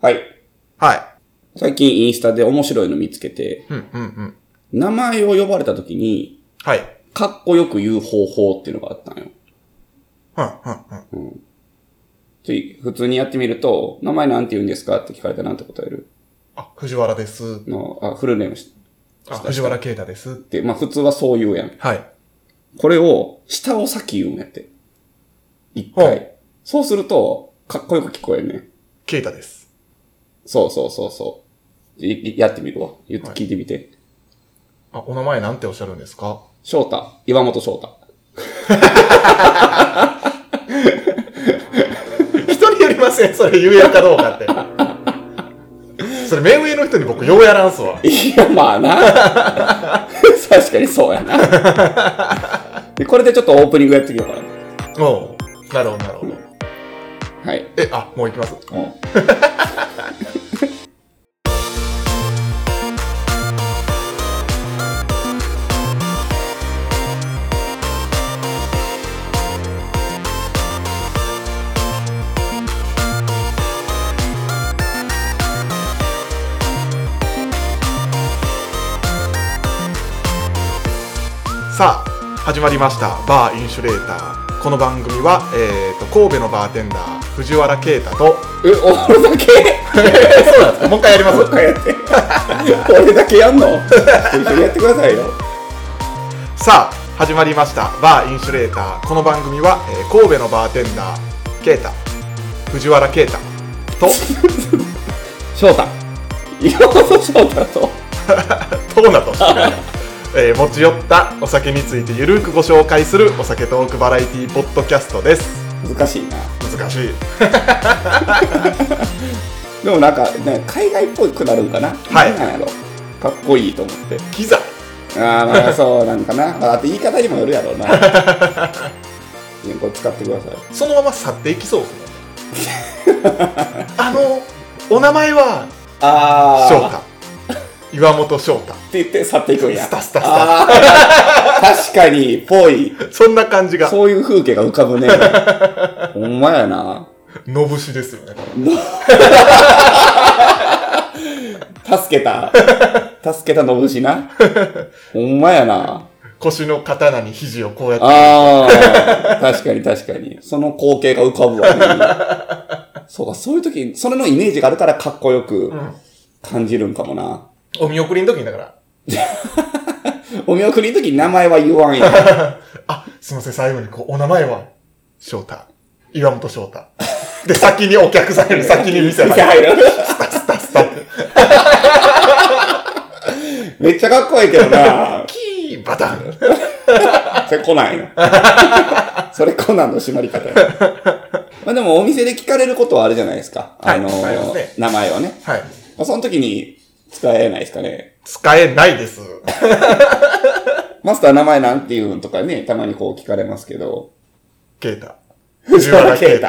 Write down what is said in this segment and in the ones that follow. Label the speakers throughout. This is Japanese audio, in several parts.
Speaker 1: はい。
Speaker 2: はい。
Speaker 1: 最近インスタで面白いの見つけて、
Speaker 2: うん、うん、うん。
Speaker 1: 名前を呼ばれた時に、
Speaker 2: はい。
Speaker 1: かっこよく言う方法っていうのがあったのよ。
Speaker 2: うん、うん、うん。
Speaker 1: つい普通にやってみると、名前なんて言うんですかって聞かれてなんて答える
Speaker 2: あ、藤原です。
Speaker 1: の、あ、フルネームし
Speaker 2: あ、藤原啓太です。
Speaker 1: て、まあ普通はそう言うやん。
Speaker 2: はい。
Speaker 1: これを、下を先言うんやって。一
Speaker 2: ほ
Speaker 1: 回
Speaker 2: う。
Speaker 1: そうすると、かっこよく聞こえるねん。
Speaker 2: 啓太です。
Speaker 1: そうそうそうそう。いいやってみるわ。言って
Speaker 2: はい
Speaker 1: 聞いてみて。
Speaker 2: あ、お名前なんておっしゃるんですか
Speaker 1: 翔太。岩本翔太。
Speaker 2: 人によりません、それ言えるかどう かって。それ目上の人に僕ようやらんすわ。
Speaker 1: いや、まあな。 確かにそうやな。でこれでちょっとオープニングやってみようかな。
Speaker 2: おうなるほど、なるほど。
Speaker 1: はい。
Speaker 2: え、あ、もう行きます。さあ始まりましたバーインシュレーターこの番組は、えー、と神戸のバーテンダー藤原啓太と
Speaker 1: え、俺だけ
Speaker 2: そうなんですかもう一回やります
Speaker 1: これやって。俺だけやんの一緒にやってくださいよ。
Speaker 2: さあ始まりましたバーインシュレーターこの番組は、えー神戸のバーテンダー啓太藤原啓太と
Speaker 1: 翔太。岩本翔太と。
Speaker 2: トーナと、 えー持ち寄ったお酒についてゆるくご紹介するお酒トークバラエティポッドキャストです
Speaker 1: 難しいな。
Speaker 2: 難しい
Speaker 1: でもなんか、ね、海外っぽくなるんかな。
Speaker 2: はい
Speaker 1: なんやろ。かっこいいと思って。
Speaker 2: キザ
Speaker 1: ああ、まあそうなんかな。まあ、あと言い方にもよるやろ うな。いやこれ使ってください。
Speaker 2: そのまま去っていきそうですね あのお名前は
Speaker 1: ああ。
Speaker 2: 翔太岩本翔太
Speaker 1: って言って去っていくんや。
Speaker 2: スタスタスタ
Speaker 1: あー確かに、ぽい。
Speaker 2: そんな感じが
Speaker 1: そういう風景が浮かぶね。ほんまやな。
Speaker 2: のぶしですよね
Speaker 1: 助けた。助けたのぶしな。ほんまやな。
Speaker 2: 腰の刀に肘をこうやって
Speaker 1: ああ、確かに確かに。その光景が浮かぶわね。そうか、そういう時、それのイメージがあるからかっこよく感じるんかもな。
Speaker 2: お見送りの時にだから
Speaker 1: お見送りの時に名前は言わん や。
Speaker 2: あすいません最後にこうお名前は翔太岩本翔太で先にお客さん より先に店入る
Speaker 1: 入る。
Speaker 2: スタスタスタ
Speaker 1: めっちゃかっこいいけどな。
Speaker 2: キーバタン
Speaker 1: それコナン よ。それコナンの締まり方よ。まあでもお店で聞かれることはあるじゃないですか。
Speaker 2: は
Speaker 1: あ
Speaker 2: い
Speaker 1: の
Speaker 2: ありますね
Speaker 1: 名前をね。
Speaker 2: はい
Speaker 1: まあ、その時に使えないですかね。
Speaker 2: 使えないです
Speaker 1: マスター名前なんていうんとかね、たまにこう聞かれますけど。
Speaker 2: 啓太 藤原啓太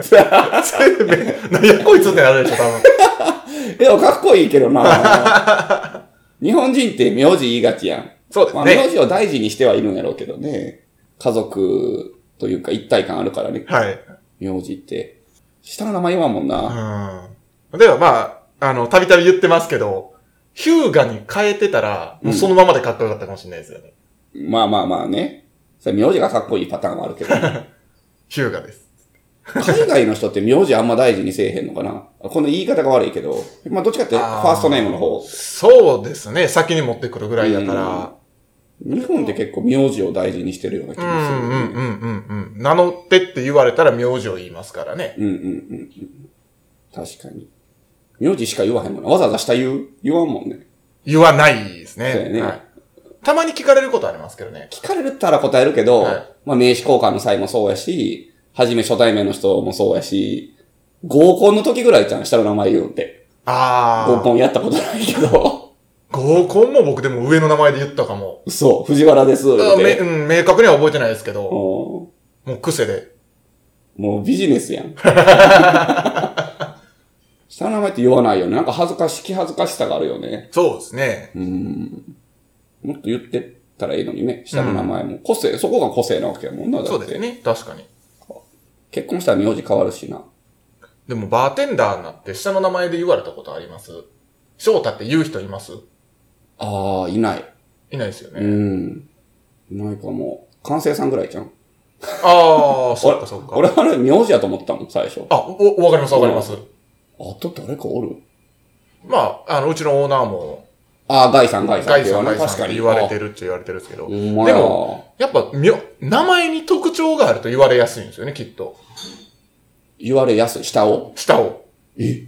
Speaker 1: 太。
Speaker 2: 全部何やこいつってなるでしょ多分
Speaker 1: でもかっ こいいけどな。日本人って名字言いがちやん。
Speaker 2: そうですね
Speaker 1: まあ、名字を大事にしてはいるんやろうけどね。家族というか一体感あるからね。
Speaker 2: はい
Speaker 1: 名字って。下の名前言わんもんな。
Speaker 2: うん。ではまあ、あの、たびたび言ってますけど、ヒューガに変えてたら、もうそのままでかっこよかったかもしれないですよね。
Speaker 1: まあまあまあね。それ名字がかっこいいパターンはあるけ ど、
Speaker 2: ヒューガです。
Speaker 1: 海外の人って名字あんま大事にせえへんのかな。この言い方が悪いけど、まあどっちかってフ
Speaker 2: あー
Speaker 1: ァーストネームの方。
Speaker 2: そうですね。先に持ってくるぐらいだから。
Speaker 1: 日本って結構名字を大事にしてるような気
Speaker 2: う
Speaker 1: がする
Speaker 2: ん、うん、うん、うん、うん。名乗ってって言われたら名字を言いますからね。
Speaker 1: うんうんうんうん。確かに。名字しか言わへんもんな。わざわざ下言う言わんもんね。
Speaker 2: 言わないですね。
Speaker 1: そうやね
Speaker 2: はい。たまに聞かれることありますけどね。
Speaker 1: 聞かれたら答えるけど、
Speaker 2: はい
Speaker 1: まあ名刺交換の際もそうやし、はじめ初対面の人もそうやし、合コンの時ぐらいじゃん、下の名前言うんって。合
Speaker 2: あ
Speaker 1: コンやったことないけど。
Speaker 2: あ。合コンも僕でも上の名前で言ったかも。
Speaker 1: そう、藤原です。
Speaker 2: あめ
Speaker 1: で
Speaker 2: うん、明確には覚えてないですけ
Speaker 1: うん
Speaker 2: ど、
Speaker 1: も
Speaker 2: もう癖で。
Speaker 1: うビジネスや ん。下の名前って言わないよね。なんか恥ずかしき恥ずかしさがあるよね。
Speaker 2: そうですね。
Speaker 1: もっと言ってったらいいのにね。下の名前も。個性、そこが個性なわけやもんな。だって
Speaker 2: そうですね。確かに。
Speaker 1: 結婚したら名字変わるしな。
Speaker 2: いでもバーテンダーになって下の名前で言われたことあります翔太って言う人います
Speaker 1: ああ、いない。
Speaker 2: いないですよね。
Speaker 1: うん。いないかも。関西さんぐらいじゃん。
Speaker 2: ああ、そっかそっか。
Speaker 1: 俺あれ、名字やと思ったもん、最初。
Speaker 2: あ、お、わかりますわかります。
Speaker 1: あと誰かおる
Speaker 2: まあ、あの、うちのオーナーも、
Speaker 1: ああ、ガイさん、ガイさ
Speaker 2: ガ
Speaker 1: んっ
Speaker 2: イ
Speaker 1: て
Speaker 2: さ
Speaker 1: 言
Speaker 2: ん、
Speaker 1: わ
Speaker 2: ガ
Speaker 1: れ
Speaker 2: イ
Speaker 1: る。確
Speaker 2: さんっ
Speaker 1: か
Speaker 2: て
Speaker 1: に。
Speaker 2: 言われてるって言われてるんですけ
Speaker 1: あ
Speaker 2: ど、
Speaker 1: ほんま
Speaker 2: で
Speaker 1: や
Speaker 2: もやっぱ、みょ、名前に特徴があると言われやすいんですよね、きっと。
Speaker 1: 言われやすい、下を。
Speaker 2: 下を。
Speaker 1: え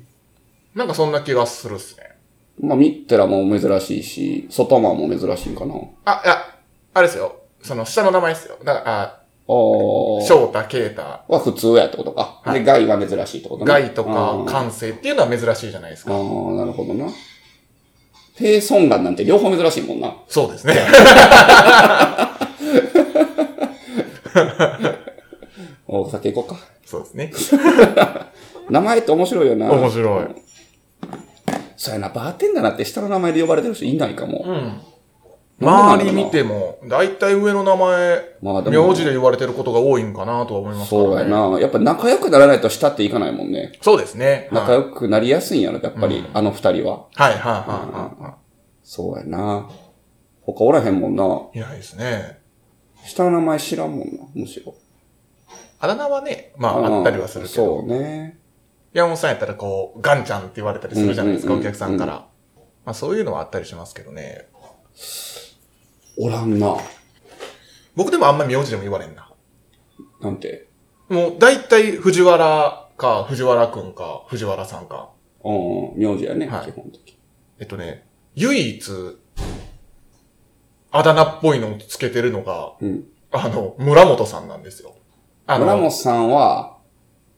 Speaker 2: なんかそんな気がするっすね。
Speaker 1: まあ、ミッテラも珍しいし、ソトマも珍しいんかな。あ
Speaker 2: あ、いや、あれですよ。その下の名前ですよ。だから、あ
Speaker 1: あ。
Speaker 2: 翔太、啓太、
Speaker 1: は普通やってことか。
Speaker 2: は
Speaker 1: で、ガイは珍しいってことね。
Speaker 2: ガイと
Speaker 1: あ
Speaker 2: か、
Speaker 1: ー
Speaker 2: 関西っていうのは珍しいじゃないです
Speaker 1: あ
Speaker 2: か。
Speaker 1: ー、なるほどな。ペーソンガンなんて両方珍しいもんな。
Speaker 2: そうですね。
Speaker 1: お酒行こうか。
Speaker 2: そうです ね。
Speaker 1: 名前って面白いよな。
Speaker 2: 面白い。
Speaker 1: そうやな、バーテンダーなんて下の名前で呼ばれてる人いないかも。
Speaker 2: うん。
Speaker 1: なんでなのかな
Speaker 2: 周り見ても、だいたい上の名前、
Speaker 1: まあでも
Speaker 2: 名字で言われてることが多いんかなとは思いますからね。
Speaker 1: そうや。な。やっぱ仲良くならないと下っていかないもんね。
Speaker 2: そうですね。はい
Speaker 1: 仲良くなりやすいんやろ、やっぱり、あの二人は。
Speaker 2: はいはいはいは
Speaker 1: そうやな。他おらへんもんな。
Speaker 2: い。いないですね。
Speaker 1: 下の名前知らんもんな、むしろ。
Speaker 2: あだ名はね、まああったりはするけ
Speaker 1: う
Speaker 2: ど
Speaker 1: ん、そうね。
Speaker 2: 山本さんやったらこう、ガンちゃんって言われたりするじゃないですか、
Speaker 1: うん
Speaker 2: お
Speaker 1: うんうんうん
Speaker 2: 客さんから。まあそういうのはあったりしますけどね。
Speaker 1: おらんな。
Speaker 2: 僕でもあんま名字でも言われんな。
Speaker 1: なんて。
Speaker 2: もう大体藤原か藤原くんか藤原さんか。
Speaker 1: うん、名字やね、
Speaker 2: はい
Speaker 1: 基本的。
Speaker 2: えっとね、唯一、あだ名っぽいのをつけてるのが、
Speaker 1: うん。
Speaker 2: あの、村本さんなんですよ。あ
Speaker 1: 村本
Speaker 2: の、
Speaker 1: さんは、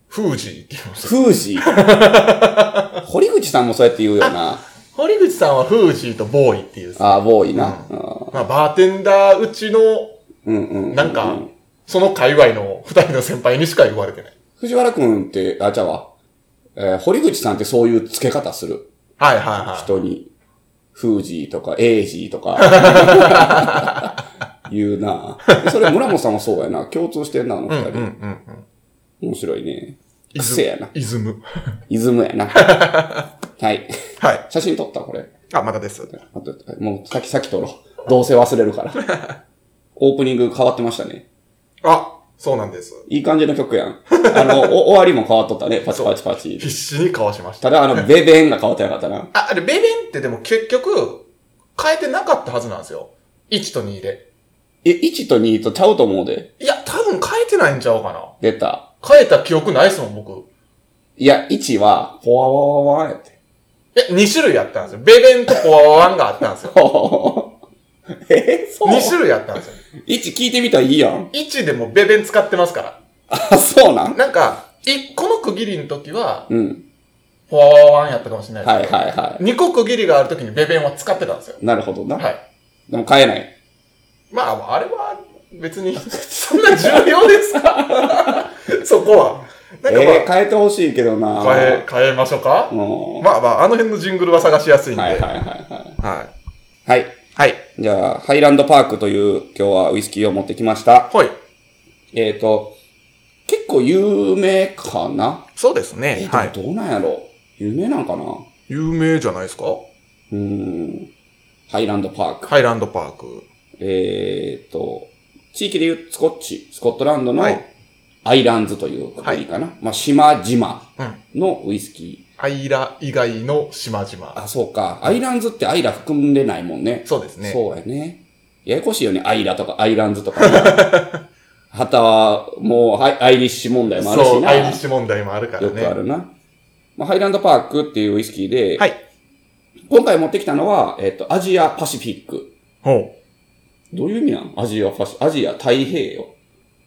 Speaker 2: フージーって言います。
Speaker 1: フージー。 堀口さんもそうやって言うよな。
Speaker 2: 堀口さんはフージーとボーイっていうですね
Speaker 1: ああ、ボーイな。
Speaker 2: まあ、バーテンダーうちの、
Speaker 1: うんうんうん。
Speaker 2: なんか、その界隈の二人の先輩にしか言われてない。
Speaker 1: 藤原くんって、あ、ちゃうわ。えー堀口さんってそういう付け方する。
Speaker 2: はいはいはい。
Speaker 1: 人に。フージーとか、エイジーとか。 言うなそれ村本さんもそうやな。共通してんな、あの二人。
Speaker 2: うんうんうん。
Speaker 1: 面白いね。
Speaker 2: イズ
Speaker 1: 癖やな。
Speaker 2: イズム。
Speaker 1: イズムやな。はい。
Speaker 2: はい。
Speaker 1: 写真撮ったこれ。
Speaker 2: あ、まだです。
Speaker 1: あともう、先先撮ろう。どうせ忘れるから。オープニング変わってましたね。
Speaker 2: あ、そうなんです。
Speaker 1: いい感じの曲やん。あの、お終わりも変わっとった ね。パチパチパチ。
Speaker 2: 必死に交わしました。
Speaker 1: ただ、あの、ベベンが変わってなかったな。
Speaker 2: あ、あれ、ベベンってでも結局、変えてなかったはずなんですよ。1と2で。
Speaker 1: え、1と2とちゃうと思うで。
Speaker 2: いや、多分変えてないんちゃうかな。
Speaker 1: 出た。
Speaker 2: 変えた記憶ないっすもん、僕。
Speaker 1: いや、1は、ポワワワワやって。
Speaker 2: え、2種類あったんですよ。ベベンとポワワンがあったん ですよ。
Speaker 1: えそ
Speaker 2: 2種類あったんですよ。
Speaker 1: ?1 聞いてみたらいいやん。
Speaker 2: 1でもベベン使ってますから。
Speaker 1: あ、そうなん
Speaker 2: なんか、一個の区切りの時は、
Speaker 1: うん。
Speaker 2: フォアワンやったかもしれな
Speaker 1: はいい
Speaker 2: ですけど、
Speaker 1: はいは
Speaker 2: 二個区切りがある時にベベンは使ってたんですよ。
Speaker 1: い。なるほどな。
Speaker 2: はい。
Speaker 1: でも変えない。
Speaker 2: まあ、あれは別に、そんな重要です かそこは。なんかまあ、
Speaker 1: えー、変えてほしいけどな
Speaker 2: 変え、変えましょうか、
Speaker 1: うん。は
Speaker 2: まあまあ、あの辺のジングルは探しやすいん
Speaker 1: い
Speaker 2: で。
Speaker 1: はい
Speaker 2: はい。
Speaker 1: はいはい。
Speaker 2: はい。
Speaker 1: はい。
Speaker 2: はい。
Speaker 1: じゃあ、ハイランドパークという今日はウイスキーを持ってきました。えっ、ー、と、結構有名かな
Speaker 2: そうですね。
Speaker 1: えー、
Speaker 2: は。
Speaker 1: はいどうなんやろ有名なんかな
Speaker 2: 有名じゃないですか
Speaker 1: うーん。ハイランドパーク。
Speaker 2: ハイランドパーク。
Speaker 1: えっ、ー、と、地域でいうスコッチ、スコットランドの
Speaker 2: はい
Speaker 1: アイランズという国かな。まあ、島々のウイスキー。
Speaker 2: アイラ以外の島々。
Speaker 1: あ、そうか。アイランズってアイラ含んでないもんね。
Speaker 2: そうですね。
Speaker 1: そうやね。ややこしいよね。アイラとかアイランズとか ね。はたは、もうアイ、アイリッシュ問題もある
Speaker 2: そ
Speaker 1: し
Speaker 2: う、
Speaker 1: な。
Speaker 2: アイリッシュ問題もあるから
Speaker 1: よ
Speaker 2: ね。
Speaker 1: くあるな。まあ、ハイランドパークっていうウイスキーで、
Speaker 2: はい。
Speaker 1: 今回持ってきたのは、えっ、と、アジアパシフィック。
Speaker 2: ほ
Speaker 1: どういう意味なんアジアパシ、アジア太平洋。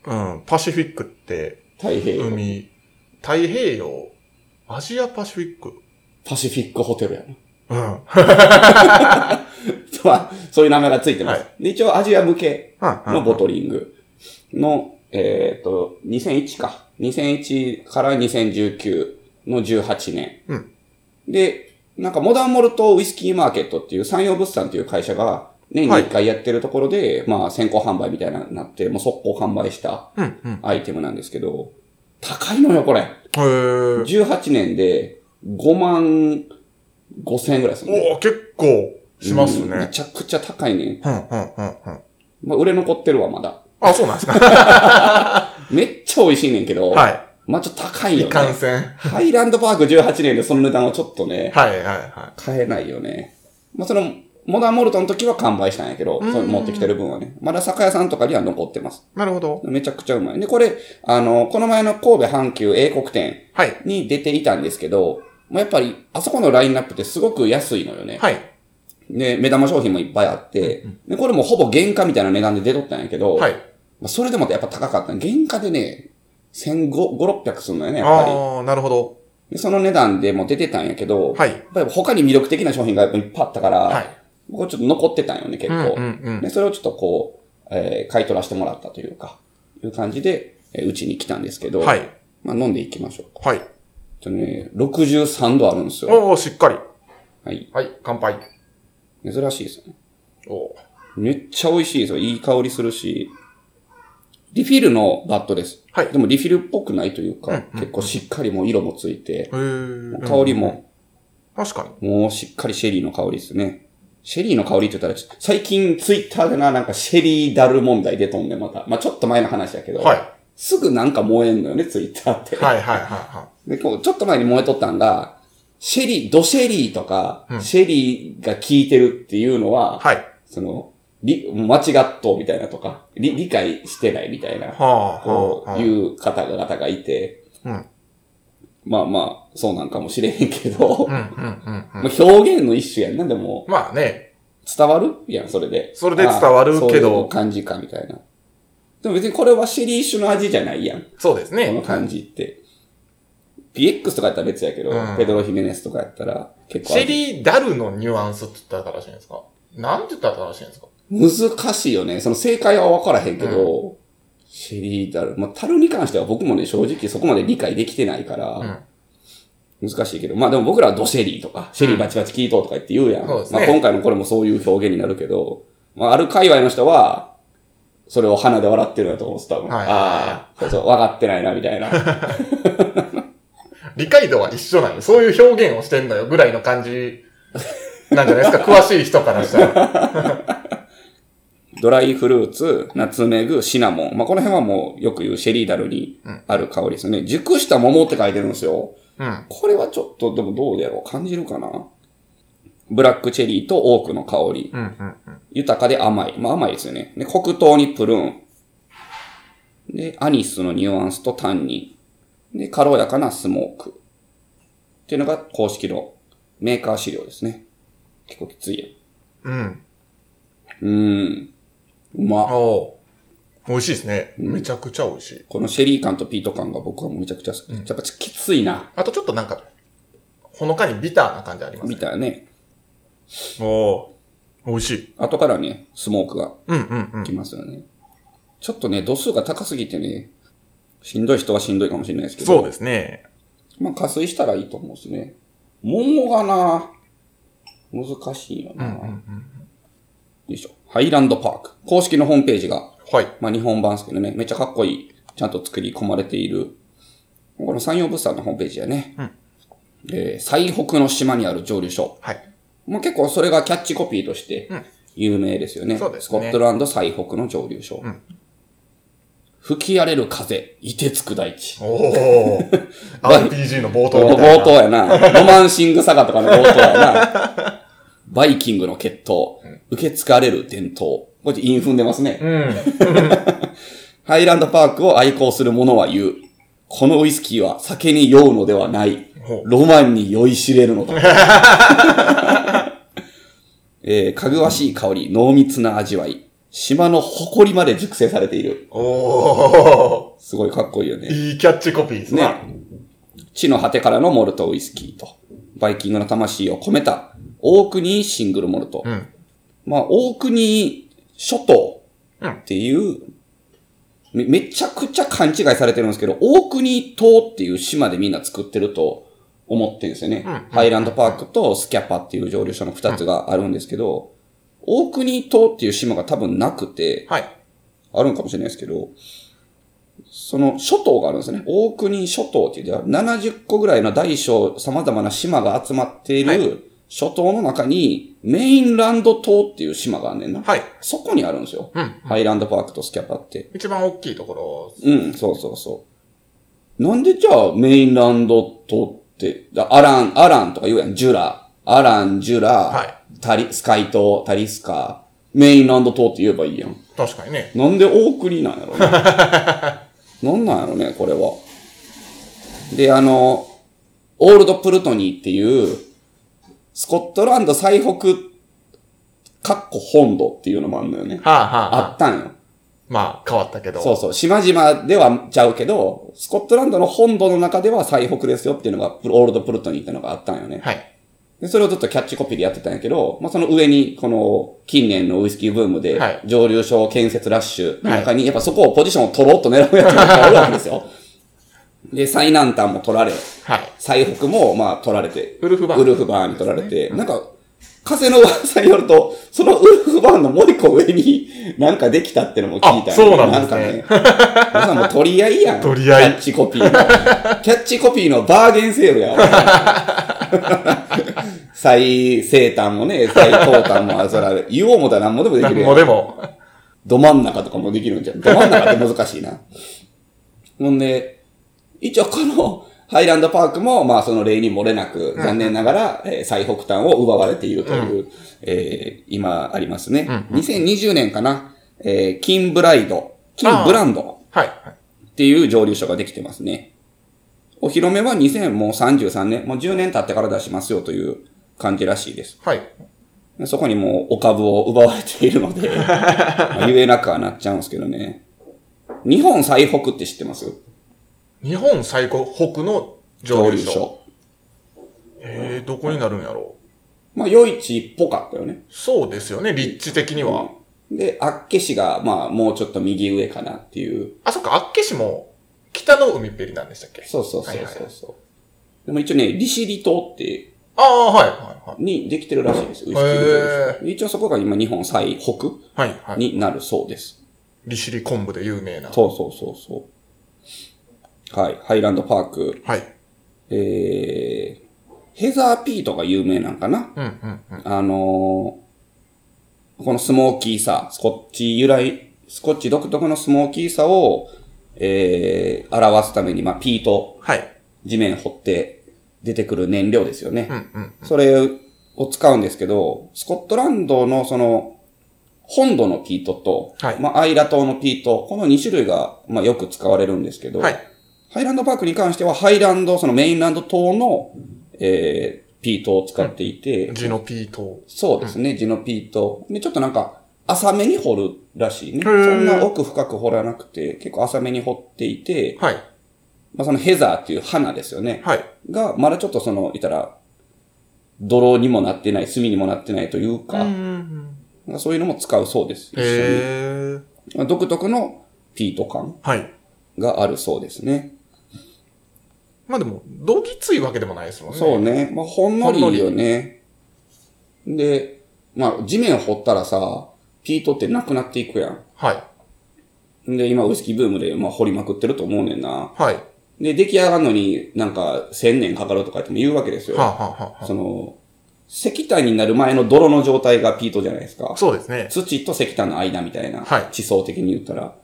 Speaker 2: う。うん。パシフィックって、
Speaker 1: 太平洋。
Speaker 2: 海、太平洋、アジアパシフィック。
Speaker 1: パシフィックホテルやな。
Speaker 2: うん。
Speaker 1: とは、そういう名前がついてます。
Speaker 2: は
Speaker 1: で、一応アジア向けの
Speaker 2: の
Speaker 1: ボトリングの、えっ、と、2001か。2001から2019の18年。
Speaker 2: うん
Speaker 1: で、なんかモダンモルトウイスキーマーケットっていう産業物産っていう会社が年に
Speaker 2: はい
Speaker 1: 1回やってるところで、まあ先行販売みたいなのになって、もう速攻販売した
Speaker 2: うん、うん。
Speaker 1: アイテムなんですけど、高いのよ、これ。
Speaker 2: へー
Speaker 1: 18年で5万5千円ぐらいするね。
Speaker 2: おお結構します
Speaker 1: うんめ
Speaker 2: ね。
Speaker 1: ちゃくちゃ高いね。
Speaker 2: うん、うん、うん、うん。
Speaker 1: まあ、売れ残ってるわ、まだ。
Speaker 2: あ、そうなんですか。
Speaker 1: めっちゃ美味しいねんけど、
Speaker 2: は
Speaker 1: まあちょっと高
Speaker 2: い。
Speaker 1: いよ
Speaker 2: いかん
Speaker 1: ね。
Speaker 2: せん。
Speaker 1: ハイランドパーク18年でその値段はちょっとね、
Speaker 2: はい、はい、は
Speaker 1: 買えないよね。まあその、モダンモルトの時は完売したんやけど、それ持ってきてる分はね。まだ酒屋さんとかには残ってます。
Speaker 2: い。なるほど。
Speaker 1: めちゃくちゃうまい。で、これ、あの、この前の神戸阪急英国店
Speaker 2: はい。
Speaker 1: に出ていたんですけど、まあやっぱり、あそこのラインナップってすごく安いのよね。
Speaker 2: はい。
Speaker 1: で、目玉商品もいっぱいあって、で、これもほぼ原価みたいな値段で出とったんやけど、
Speaker 2: はい。
Speaker 1: まあそれでもやっぱ高かった。原価でね、1500、600すんのよね、やっぱり。
Speaker 2: ああ、なるほど。
Speaker 1: で、その値段でも出てたんやけど、
Speaker 2: はい
Speaker 1: やっぱり他に魅力的な商品がやっぱいっぱいあったから、
Speaker 2: はい。
Speaker 1: これちょっと残ってたんよね、結
Speaker 2: うん、
Speaker 1: 構。
Speaker 2: うん、うん。
Speaker 1: で、それをちょっとこう、えー買い取らせてもらったというか、いう感じで、えーうちに来たんですけど、
Speaker 2: はい。
Speaker 1: まあ飲んでいきましょう。
Speaker 2: はい。
Speaker 1: えっとね、63度あるんですよ。
Speaker 2: おおしっかり。
Speaker 1: はい。
Speaker 2: はい、乾杯。
Speaker 1: 珍しいですね。
Speaker 2: おー
Speaker 1: めっちゃ美味しいですよ。いい香りするし。リフィルのバットです。
Speaker 2: はい
Speaker 1: でもリフィルっぽくないというか、
Speaker 2: うんうんうん
Speaker 1: 結構しっかりもう色もついて、
Speaker 2: へー
Speaker 1: 香り。も、
Speaker 2: 確かに。
Speaker 1: もうしっかりシェリーの香りですね。シェリーの香りって言ったらちょっと、最近ツイッターでな、なんかシェリーダル問題出とんで、また。まあちょっと前の話だけど、
Speaker 2: はい。
Speaker 1: すぐなんか燃えんのよね、ツイッターって。
Speaker 2: はい、はい、はい、は
Speaker 1: で、こう、ちょっと前に燃えとったんが、シェリー、ドシェリーとか、シェリーが効いてるっていうのは、
Speaker 2: い。はい。
Speaker 1: その、り、間違っとうみたいなとか、理、理解してないみたいな、
Speaker 2: はあ、
Speaker 1: こ
Speaker 2: は
Speaker 1: う、
Speaker 2: あ、はあ。
Speaker 1: いう方々がいて、
Speaker 2: うん
Speaker 1: まあまあ、そうなんかもしれへんけど、
Speaker 2: うん、うん、うん、うん。
Speaker 1: まあ表現の一種やんな、でも、
Speaker 2: まあね、
Speaker 1: 伝わるやん、それで。
Speaker 2: それで伝わる
Speaker 1: ああ
Speaker 2: けど
Speaker 1: そういう感じか、みたいな。でも別にこれはシェリー種の味じゃないやん。
Speaker 2: そうです
Speaker 1: こ
Speaker 2: ね
Speaker 1: の。感じって。PX とかやったら別やけど、
Speaker 2: うん
Speaker 1: ペドロ・ヒメネスとかやったら結構
Speaker 2: シ
Speaker 1: あ
Speaker 2: ェ
Speaker 1: る
Speaker 2: リーダルのニュアンスって言ったらしいんですかなんて言ったらしいんですか
Speaker 1: 難しいよね。その正解は分からへんけど、シェリーダル。まあ、タルに関しては僕もね、正直そこまで理解できてないから、難しいけど、まあでも僕らはドシェリーとか、シェリーバチバチ聞いとうとか言って言うやん。
Speaker 2: そうですね
Speaker 1: まあ今回のこれもそういう表現になるけど、まあある界隈の人は、それを鼻で笑ってるんだと思う多分。
Speaker 2: はい
Speaker 1: ああ、そうそう、分かってないな、みたいな。
Speaker 2: 理解度は一緒なんで、そういう表現をしてんのよぐらいの感じなんじゃ ないですか詳しい人からしたら。
Speaker 1: ドライフルーツ、ナツメグ、シナモン。まあ、この辺はもうよく言うシェリーダルにある香りですね。熟した桃って書いてるんですよ。
Speaker 2: うん。
Speaker 1: これはちょっとでもどうやろう感じるかなブラックチェリーとオークの香り。
Speaker 2: うん、うん、うん。
Speaker 1: 豊かで甘い。まあ甘いですよね。で、黒糖にプルーン。で、アニスのニュアンスとタンニン。で、軽やかなスモーク。っていうのが公式のメーカー資料ですね。結構きついやん。
Speaker 2: うん。
Speaker 1: うーん。うまっ。
Speaker 2: おー美味しいですね。めちゃくちゃ美味しい。
Speaker 1: このシェリー感とピート感が僕はもうめちゃくちゃ好き。やっぱちょっときついな、
Speaker 2: あとちょっとなんか、ほのかにビターな感じあります
Speaker 1: み
Speaker 2: ね。
Speaker 1: たいなね。
Speaker 2: おー美味しい。
Speaker 1: 後からね、スモークが
Speaker 2: うん、うん、うん。
Speaker 1: きますよね。ちょっとね、度数が高すぎてね、しんどい人はしんどいかもしれないですけど。
Speaker 2: そうですね。
Speaker 1: まあ、加水したらいいと思うんですね。桃がな、難しいよな、よいしょ。ハイランドパーク。公式のホームページが、
Speaker 2: はい。
Speaker 1: まあ、日本版ですけどね、めっちゃかっこいい。ちゃんと作り込まれている。この山陽物産のホームページやね。
Speaker 2: うん
Speaker 1: えー最北の島にある蒸留所。
Speaker 2: はい。
Speaker 1: まあ、結構それがキャッチコピーとして
Speaker 2: うん
Speaker 1: 有名ですよね。
Speaker 2: そうですね
Speaker 1: スコットランド最北の蒸留所。
Speaker 2: ん
Speaker 1: 吹き荒れる風、凍てつく大地。
Speaker 2: おお RPG の冒頭みたい
Speaker 1: 冒
Speaker 2: な。
Speaker 1: 頭やな。ロマンシングサガとかの冒頭やな。バイキングの血統、受け継がれる伝統。こっち韻踏んでますね。
Speaker 2: うん。
Speaker 1: ハイランドパークを愛好する者は言う。このウイスキーは酒に酔うのではない
Speaker 2: ほ。う
Speaker 1: ロマンに酔いしれるのだ。 えーかぐわしい香り、濃密な味わい。島の誇りまで熟成されている。
Speaker 2: お
Speaker 1: すごいかっこいいよ
Speaker 2: ー
Speaker 1: ね。
Speaker 2: いいキャッチコピーですね。
Speaker 1: ね。地の果てからのモルトウイスキーと、バイキングの魂を込めた、オークニーシングルモルト。
Speaker 2: うん。
Speaker 1: まあ、オークニー諸島っていう、め、めちゃくちゃ勘違いされてるんですけど、オークニー島っていう島でみんな作ってると思ってるんですよね。
Speaker 2: うん
Speaker 1: ハイランドパークとスキャパっていう蒸留所の二つがあるんですけど、オークニー島っていう島が多分なくて、
Speaker 2: はい。
Speaker 1: あるんかもしれないですけど、その諸島があるんですね。大国諸島って言って、70個ぐらいの大小様々な島が集まってい
Speaker 2: はい
Speaker 1: る諸島の中に、メインランド島っていう島があんねんな。
Speaker 2: はい。
Speaker 1: そこにあるんですよ。
Speaker 2: うん。
Speaker 1: ハイランドパークとスキャパって。
Speaker 2: 一番大きいとこ
Speaker 1: うん、そうそうそう。なんでじゃあメインランド島って、だアラン、アランとか言うやん。ジュラ。アラン、ジュラ、
Speaker 2: はい
Speaker 1: タリ、スカイ島、タリスカ、メインランド島って言えばいいやん。
Speaker 2: ろ、確かにね。
Speaker 1: なんで大国なんやろね。なんなんやろね、これは。で、あの、オールドプルトニーっていう、スコットランド最北、かっこ本土っていうのもあるんだよね。
Speaker 2: はあ、はあ、
Speaker 1: あったんよ。
Speaker 2: まあ、変わったけど。
Speaker 1: そうそう。島々ではちゃうけど、スコットランドの本土の中では最北ですよっていうのが、プロオールドプルトニーっていうのがあったんよね。
Speaker 2: はい。
Speaker 1: で、それをずっとキャッチコピーでやってたんやけど、まあ、その上に、この、近年のウイスキーブームで
Speaker 2: はい、
Speaker 1: 蒸留所建設ラッシュの中に、やっぱそこをポジションを取ろうと狙うやつがおるわけですよ。で、最南端も取られ、
Speaker 2: はい。
Speaker 1: 最北も、まあ、取られて、
Speaker 2: ウルフバーン
Speaker 1: ウルフバーンに取られて、なんか、風の噂によると、そのウルフバーンのもう一個上になんかできたってのも聞いた
Speaker 2: あそうなんですね
Speaker 1: なんかね。皆さんもう取り合いやん。
Speaker 2: 取り合い
Speaker 1: キャッチコピーの。キャッチコピーのバーゲンセールや わ。最西端もね、最東端もある、そら、言おうもたら何もでもで
Speaker 2: な
Speaker 1: き
Speaker 2: ん
Speaker 1: るやん
Speaker 2: もでも、
Speaker 1: ど真ん中とかもできるんじゃん。ど真ん中って難しいな。ほんで、一応このハイランドパークも、まあその例に漏れなく、残念ながら、えー最北端を奪われているという、えー今ありますね。2020年かな、えー、キンブライド、キンブランド
Speaker 2: はい。はい
Speaker 1: っていう蒸留所ができてますね。お披露目は2033年、もう10年経ってから出しますよという感じらしいです。
Speaker 2: はい。
Speaker 1: そこにもうお株を奪われている ので、まあ言えなくはなっちゃうんですけどね。日本最北って知ってます
Speaker 2: 日本最高北の
Speaker 1: 上
Speaker 2: 上
Speaker 1: 流
Speaker 2: 流所。
Speaker 1: 所。
Speaker 2: えー、どこになるんやろう。
Speaker 1: まあ、余市っぽかったよね。
Speaker 2: そうですよね、立地的には。
Speaker 1: で、厚岸が、まあ、もうちょっと右上かなっていう。
Speaker 2: あ、そっか、厚岸も北の海っぺりなんでしたっけ
Speaker 1: そうそうそう
Speaker 2: はい
Speaker 1: そ
Speaker 2: は
Speaker 1: うそう。でも一応ね、利尻島って、
Speaker 2: ああ、はい、は
Speaker 1: にできてるらしいです。ウイスキーの上流所一応そこが今日本最北
Speaker 2: い、はい。はい、はい。
Speaker 1: になるそうです。
Speaker 2: 利尻昆布で有名な。
Speaker 1: そうそうそうそう。はい。ハイランドパーク。
Speaker 2: はい。
Speaker 1: えー、ヘザーピートが有名なんかな
Speaker 2: うん、うん、うん。
Speaker 1: あのーこのスモーキーさ、スコッチ由来、スコッチ独特のスモーキーさを、えー、表すために、まあ、ピート、
Speaker 2: はい。
Speaker 1: 地面掘って出てくる燃料ですよね。
Speaker 2: うん、うん。
Speaker 1: それを使うんですけど、スコットランドのその、本土のピートと、
Speaker 2: はい
Speaker 1: まあ、アイラ島のピート、この2種類が、まあ、よく使われるんですけど、
Speaker 2: はい。
Speaker 1: ハイランドパークに関しては、ハイランド、そのメインランド島の、えー、ピートを使っていて、
Speaker 2: ジノピート。
Speaker 1: そうですね、ジノピート。で、ちょっとなんか、浅めに掘るらしいね。
Speaker 2: ー
Speaker 1: そんな奥深く掘らなくて、結構浅めに掘っていて、
Speaker 2: はい。
Speaker 1: まあ、そのヘザーっていう花ですよね。
Speaker 2: はい。
Speaker 1: が、まだちょっとその、いたら、泥にもなってない、炭にもなってないという
Speaker 2: うんうん
Speaker 1: か、
Speaker 2: うん。
Speaker 1: なんかそういうのも使うそうです。一緒に
Speaker 2: へえ。
Speaker 1: まあ独特のピート感
Speaker 2: はい。
Speaker 1: があるそうですね。
Speaker 2: まあでも、どぎついわけでもないですもんね。
Speaker 1: そう。ね。まあ、ほんのりよね。で、まあ、地面掘ったらさ、ピートってなくなっていくやん。
Speaker 2: はい。
Speaker 1: で、今、ウイスキーブームで、まあ、掘りまくってると思うねんな。
Speaker 2: はい。は
Speaker 1: で、出来上がるのになんか、千年かかるとかっても言うわけです
Speaker 2: あ、
Speaker 1: よ。
Speaker 2: はあはあは
Speaker 1: その、石炭になる前の泥の状態がピートじゃないですか
Speaker 2: あ。。そうですね。
Speaker 1: 土と石炭の間みたいな、
Speaker 2: はい
Speaker 1: 地層的に言ったら。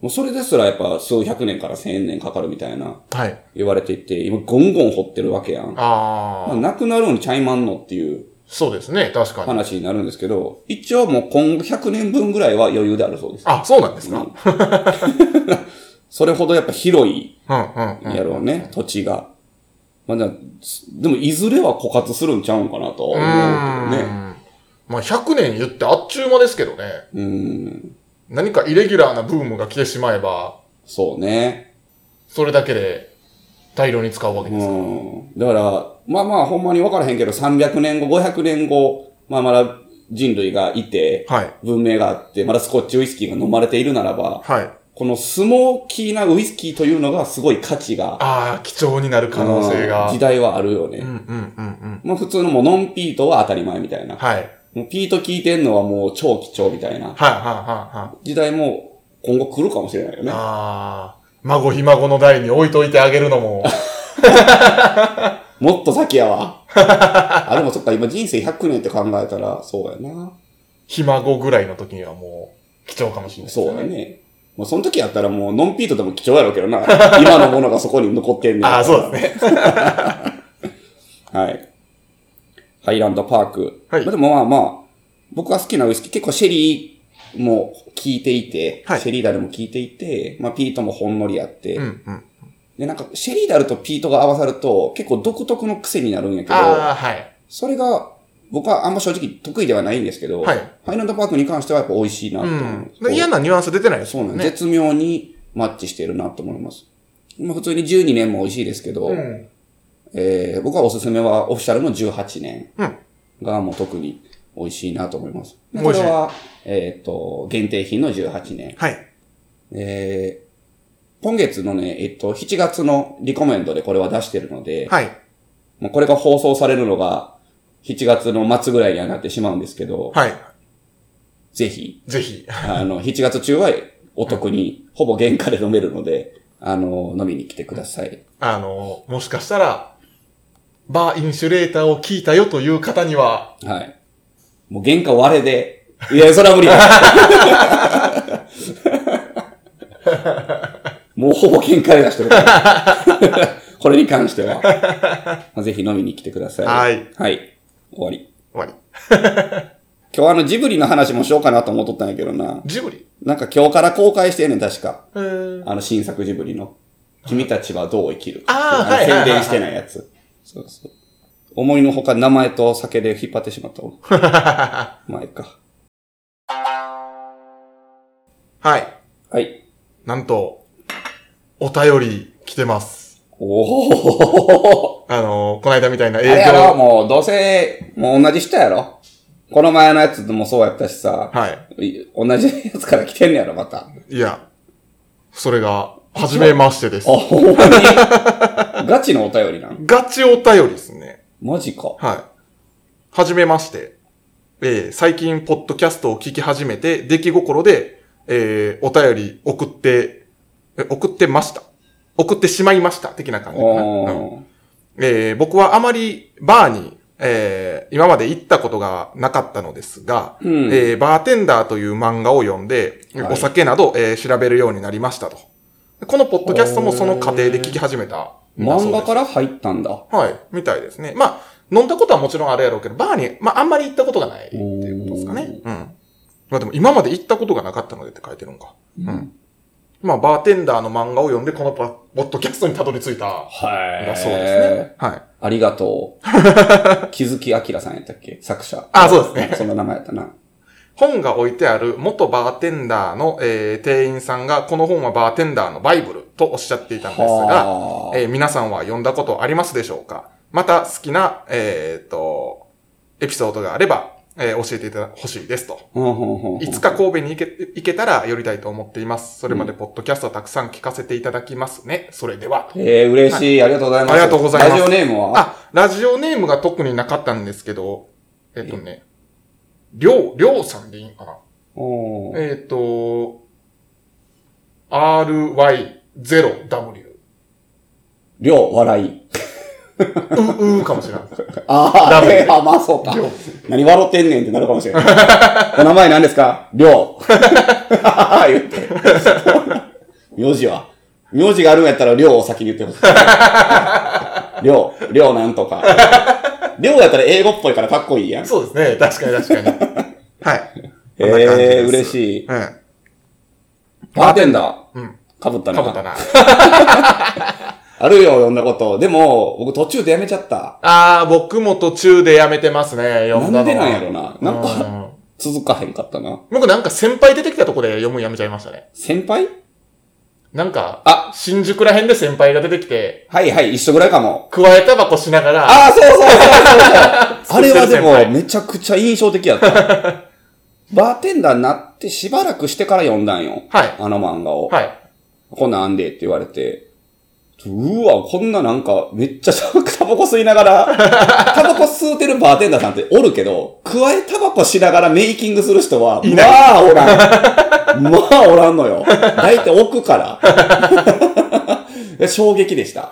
Speaker 1: もうそれですらやっぱ数百年から千年かかるみたいな
Speaker 2: はい。
Speaker 1: 言われていて、今ゴンゴン掘ってるわけやん。まあ
Speaker 2: ああ。
Speaker 1: なくなるんちゃいまんのっていう
Speaker 2: そうですね、確かに。
Speaker 1: 話になるんですけど、一応もう今後100年分ぐらいは余裕であるそうです。
Speaker 2: あ、そうなんですか。
Speaker 1: それほどやっぱ広い
Speaker 2: うん、うん、うん。
Speaker 1: やろうね、土地が。まあ、だでもいずれは枯渇するんちゃうんかなとは思うけどね。
Speaker 2: ね。まあ、100年言ってあっちゅう間ですけどね。
Speaker 1: うん、
Speaker 2: 何かイレギュラーなブームが来てしまえば、
Speaker 1: そうね。
Speaker 2: それだけで大量に使うわけです。
Speaker 1: うん。だから、まあまあ、ほんまに分からへんけど、300年後、500年後、まあまだ人類がいて、
Speaker 2: はい。
Speaker 1: 文明があって、まだスコッチウイスキーが飲まれているならば、
Speaker 2: はい。
Speaker 1: このスモーキーなウイスキーというのがすごい価値が、
Speaker 2: ああ、貴重になる可能性
Speaker 1: う
Speaker 2: が
Speaker 1: ん時。代はあるよ
Speaker 2: うん、う
Speaker 1: ね。
Speaker 2: ん、うん、うん。
Speaker 1: まあ普通のもうノンピートは当たり前みたいな。
Speaker 2: はい。はい、はい、
Speaker 1: もうピート聞いてんのはもう超貴重みたいな
Speaker 2: はい、はい。
Speaker 1: 時代も今後来るかもしれないよね。
Speaker 2: ああ。孫ひ孫の代に置いといてあげるのも、
Speaker 1: もっと先や わ。あ、でもそっか、今人生100年って考えたら、そうやな。
Speaker 2: ひ孫ぐらいの時にはもう、貴重かもしれないです
Speaker 1: そうやね。もうその時やったらもう、ノンピートでも貴重やろうけど な。今のものがそこに残ってんねん。
Speaker 2: ああ、そうですね。
Speaker 1: はい。ハイランドパーク。
Speaker 2: はい
Speaker 1: まあでもまあまあ、僕が好きなウイスキー、結構シェリーも効いていて、
Speaker 2: はい
Speaker 1: シェリーダルも効いていて、まあピートもほんのりあって、
Speaker 2: うんうん。
Speaker 1: で、なんかシェリーダルとピートが合わさると、結構独特の癖になるんやけど、
Speaker 2: ああ、はい。
Speaker 1: それが、僕はあんま正直得意ではないんですけど、
Speaker 2: はい
Speaker 1: ハイランドパークに関してはやっぱ美味しいなと
Speaker 2: う
Speaker 1: 思
Speaker 2: ん。
Speaker 1: う。
Speaker 2: で嫌なニュアンス出てないです
Speaker 1: そう
Speaker 2: も
Speaker 1: なん
Speaker 2: ん
Speaker 1: で
Speaker 2: ね。
Speaker 1: す。絶妙にマッチしてるなと思います。まあ普通に12年も美味しいですけど、
Speaker 2: うん。
Speaker 1: えー僕はおすすめはオフィシャルの18年
Speaker 2: うん
Speaker 1: がもう特に美味しいなと思います。で
Speaker 2: 美
Speaker 1: こ
Speaker 2: 味
Speaker 1: れ
Speaker 2: しい
Speaker 1: は、えっ、と、限定品の18年。
Speaker 2: はい。
Speaker 1: えー今月のね、えっ、と、7月のリコメンドでこれは出してるので、
Speaker 2: はい。
Speaker 1: もうこれが放送されるのが7月の末ぐらいにはなってしまうんですけど、
Speaker 2: は
Speaker 1: ぜひ、
Speaker 2: い。ぜひ。
Speaker 1: あの、7月中はお得に、ほぼ原価で飲めるので、あの、飲みに来てください。
Speaker 2: あの、もしかしたら、バーインシュレーターを聞いたよという方には、
Speaker 1: はい。もう原価割れで。いや、それは無理だ。 もうほぼ限界出してる から。これに関しては。まあぜひ飲みに来てください。
Speaker 2: はい。
Speaker 1: はい。終わり。
Speaker 2: 終わり。
Speaker 1: 今日あのジブリの話もしようかなと思っとったんやけどな。
Speaker 2: ジブリ。
Speaker 1: なんか今日から公開してんねん、確か。
Speaker 2: えー、
Speaker 1: あの新作ジブリの。君たちはどう生きる
Speaker 2: あー
Speaker 1: の
Speaker 2: はいはいはい
Speaker 1: 宣伝してないやつ。そうそう。思いのほか名前と酒で引っ張ってしまった わ。前か。
Speaker 2: はい。
Speaker 1: はい。
Speaker 2: なんと、お便り来てます。
Speaker 1: おお。
Speaker 2: あの、この間みたい な
Speaker 1: あれ
Speaker 2: 営
Speaker 1: やろ
Speaker 2: 業。
Speaker 1: もう、どうせ、もう同じ人やろこの前のやつもそうやったしさ、
Speaker 2: はい
Speaker 1: 同じやつから来てんねやろ、また。あ、
Speaker 2: い。いや、それが、はじめましてです。
Speaker 1: ほんまに ガチのお便りなん
Speaker 2: ガチお便りですね。
Speaker 1: マジか。
Speaker 2: はい。はじめまして。えー最近、ポッドキャストを聞き始めて、出来心で、えーお便り送って、え送ってました。送ってしまいました、的な感じかな。
Speaker 1: お
Speaker 2: うん
Speaker 1: ー
Speaker 2: えー僕はあまりバーに、えー今まで行ったことがなかったのですが、
Speaker 1: うん
Speaker 2: えーバーテンダーという漫画を読んで、
Speaker 1: はい
Speaker 2: お酒など、えー調べるようになりましたと。このポッドキャストもその過程で聞き始めた。
Speaker 1: 漫画から入ったんだ。
Speaker 2: はい、みたいですね。まあ、飲んだことはもちろんあれやろうけど、バーに、まあ、あんまり行ったことがないっていうことですかね。うん。まあでも、今まで行ったことがなかったのでって書いてるのか。うん。まあ、バーテンダーの漫画を読んで、このパポッドキャストにたどり着いた。
Speaker 1: はい。
Speaker 2: だそうですね。はい。
Speaker 1: ありがと う。木月明さんやったっけ作者。
Speaker 2: あそうです
Speaker 1: ね。そんな名前やったな。
Speaker 2: 本が置いてある元バーテンダーの、えー店員さんが、この本はバーテンダーのバイブルとおっしゃっていたんですが、
Speaker 1: はあ
Speaker 2: えー皆さんは読んだことありますでしょうかまた好きな、えっ、と、エピソードがあれば、えー教えていただほしいですと。
Speaker 1: うんうんうんうん
Speaker 2: いつか神戸に行け行けたら寄りたいと思っています。それまでポッドキャストたくさん聞かせていただきますね。それでは。
Speaker 1: えー、嬉しい。ありがとうございます。
Speaker 2: ありがとうございます
Speaker 1: ラジオネームは
Speaker 2: あ、ラジオネームが特になかったんですけど、えっ、とね、りょう、りょうさんでいいんかな
Speaker 1: おー
Speaker 2: えっ、と、ry0w。
Speaker 1: りょう、笑い。
Speaker 2: う、うーかもしれない。
Speaker 1: あ
Speaker 2: ラ
Speaker 1: あ、
Speaker 2: ーメン
Speaker 1: えーあ、まあそうか
Speaker 2: りょう。
Speaker 1: 何笑ってんねん ってなるかもしれない。お名前何ですかりょう。 言って。 名字は名字があるんやったらりょうを先に 言ってほしい。りょう、りょうなんとか。りょうやったら英語っぽいからかっこいいやん。
Speaker 2: そうですね。確かに確かに。はい。
Speaker 1: え
Speaker 2: こんな感じで
Speaker 1: ー、
Speaker 2: す
Speaker 1: 嬉しい。
Speaker 2: う
Speaker 1: バーテンダー。
Speaker 2: ん。うん。
Speaker 1: かぶった
Speaker 2: かぶった
Speaker 1: な。
Speaker 2: な。
Speaker 1: あるよ、読んだこと。でも、僕途中でやめちゃった。
Speaker 2: あー、僕も途中でやめてますね。読ん
Speaker 1: な
Speaker 2: だのは
Speaker 1: んでなんやろな。なん
Speaker 2: う
Speaker 1: か、
Speaker 2: ん
Speaker 1: 続かへんかったな。
Speaker 2: 僕なんか先輩出てきたとこで読むんやめちゃいましたね。
Speaker 1: 先輩
Speaker 2: なんか、
Speaker 1: あ
Speaker 2: 新宿ら辺で先輩が出てきて、
Speaker 1: はいはい、一緒ぐらいかも。
Speaker 2: 加えタバコしながら、
Speaker 1: ああ、そうそうそうそう そう。あれはで
Speaker 2: 作ってる先輩
Speaker 1: も、めちゃくちゃ印象的や った。バーテンダーになってしばらくしてから読んだんよ。
Speaker 2: はい
Speaker 1: あの漫画を。
Speaker 2: はい。
Speaker 1: こんなんあんでって言われて。うわ、こんななんか、めっちゃタバコ吸いながら、 タバコ吸うてるバーテンダーさんっておるけど、加えタバコしながらメイキングする人は、
Speaker 2: いない
Speaker 1: まあおらん。まあおらんのよ。大体奥から。 いや衝撃でした。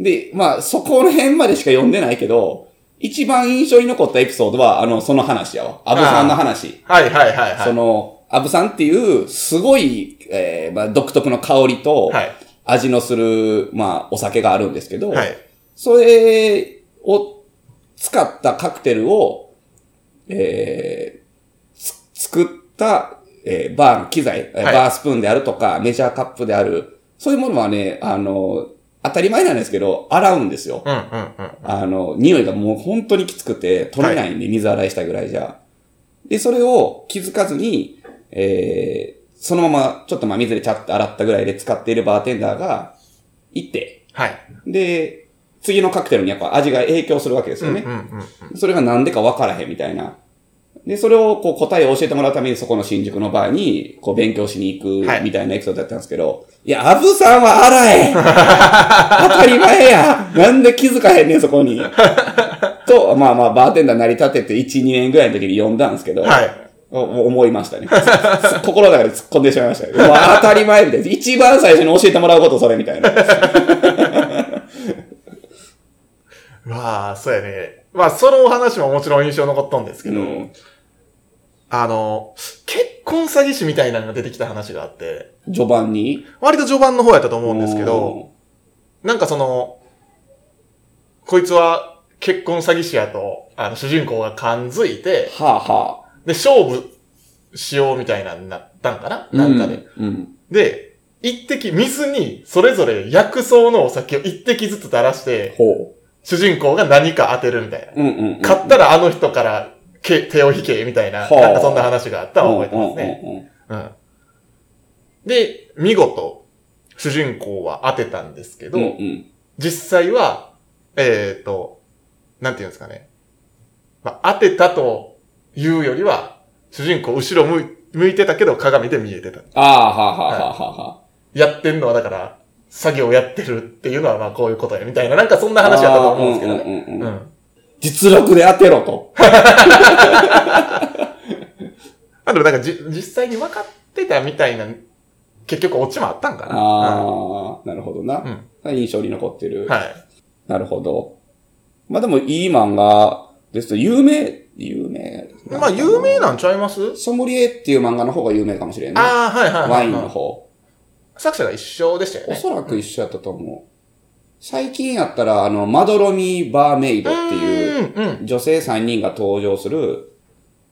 Speaker 1: で、まあ、そこの辺までしか読んでないけど、一番印象に残ったエピソードは、あの、その話やわ。アブさんの話。
Speaker 2: はいはいはいはい。
Speaker 1: その、アブさんっていう、すごい、えーまあ、独特の香りと、
Speaker 2: はい
Speaker 1: 味のする、まあ、お酒があるんですけど、
Speaker 2: はい。
Speaker 1: それを使ったカクテルを、えーつ作った、えーバーの機材、えー
Speaker 2: はい
Speaker 1: バースプーンであるとか、メジャーカップである、そういうものはね、あの、当たり前なんですけど、洗うんですよ。
Speaker 2: うんうんうん。
Speaker 1: あの、匂いがもう本当にきつくて、取れないんで、水洗いしたぐらいじゃ。で、それを気づかずに、えー、そのまま、ちょっとまあ水でちゃっと洗ったぐらいで使っているバーテンダーが、行って、
Speaker 2: はい。
Speaker 1: で、次のカクテルにやっぱ味が影響するわけですよね
Speaker 2: うん。うんうん。
Speaker 1: それがなんでかわからへんみたいな。で、それをこう答えを教えてもらうためにそこの新宿のバーにこう勉強しに行
Speaker 2: はい
Speaker 1: くみたいなエピソードだったんですけど、い、や、アブさん は洗え当たり前やなんで気づかへんねん、そこに。 と、まあまあ、バーテンダー成り立てて1、2年ぐらいの時に呼んだんですけど、
Speaker 2: はい。
Speaker 1: おお思いましたね。 つつ心の中で突っ込んでしまいましたね。うわ当たり前みたいな。一番最初に教えてもらうことそれみたい な。
Speaker 2: うわあ、そうやね。まあ、そのお話ももちろん印象残ったんですけ
Speaker 1: う
Speaker 2: ど、
Speaker 1: ん
Speaker 2: あの、結婚詐欺師みたいなのが出てきた話があって、
Speaker 1: 序盤に。
Speaker 2: 割と序盤の方やったと思うんですけど、なんかその、こいつは結婚詐欺師やと、あの、主人公が感づいて、
Speaker 1: はあはあ。
Speaker 2: で、勝負しようみたいなんになったんかななんかで。
Speaker 1: うん。うん
Speaker 2: で、一滴、水に、それぞれ薬草のお酒を一滴ずつ垂らして、
Speaker 1: ほ
Speaker 2: 主人公が何か当てるみたいな。
Speaker 1: う。うんうん、うん。
Speaker 2: 買ったらあの人からけ手を引け、みたいな、
Speaker 1: ほう
Speaker 2: なんかそんな話があったのを覚えてますね。
Speaker 1: ね。
Speaker 2: うん。で、見事、主人公は当てたんですけど、
Speaker 1: うんうん。
Speaker 2: 実際は、えっ、と、なんていうんですかね。まあ、当てたというよりは、主人公後ろ向い向いてたけど鏡で見えてた。
Speaker 1: ああ、はあはあはあはあは
Speaker 2: やってんのはだから、作業やってるっていうのはまあこういうことや、みたいな、なんかそんな
Speaker 1: あ。
Speaker 2: 話だったと思うんですけど
Speaker 1: ああ
Speaker 2: ね。
Speaker 1: うんうんうん
Speaker 2: う
Speaker 1: うん
Speaker 2: ん。
Speaker 1: 実力で当てろと。
Speaker 2: あ、でもなんかじ、実際に分かってたみたいな、結局オチもあったんかな。
Speaker 1: ああ、なるほど
Speaker 2: う
Speaker 1: な。
Speaker 2: ん。
Speaker 1: 印象に残って
Speaker 2: うん
Speaker 1: る。
Speaker 2: はい。
Speaker 1: なるほど。まあでもいい漫画ですと、有名、有名。
Speaker 2: まあ、有名なんちゃいます
Speaker 1: ソムリエっていう漫画の方が有名かもしれんね。
Speaker 2: ああ、はいはいはい。
Speaker 1: ワインの方。
Speaker 2: 作者が一緒でしたよ
Speaker 1: お
Speaker 2: ね。
Speaker 1: そらく一緒やったと思う。最近やったら、あの、まどろみバーメイドっていう、
Speaker 2: う。うん、うん。
Speaker 1: 女性3人が登場する、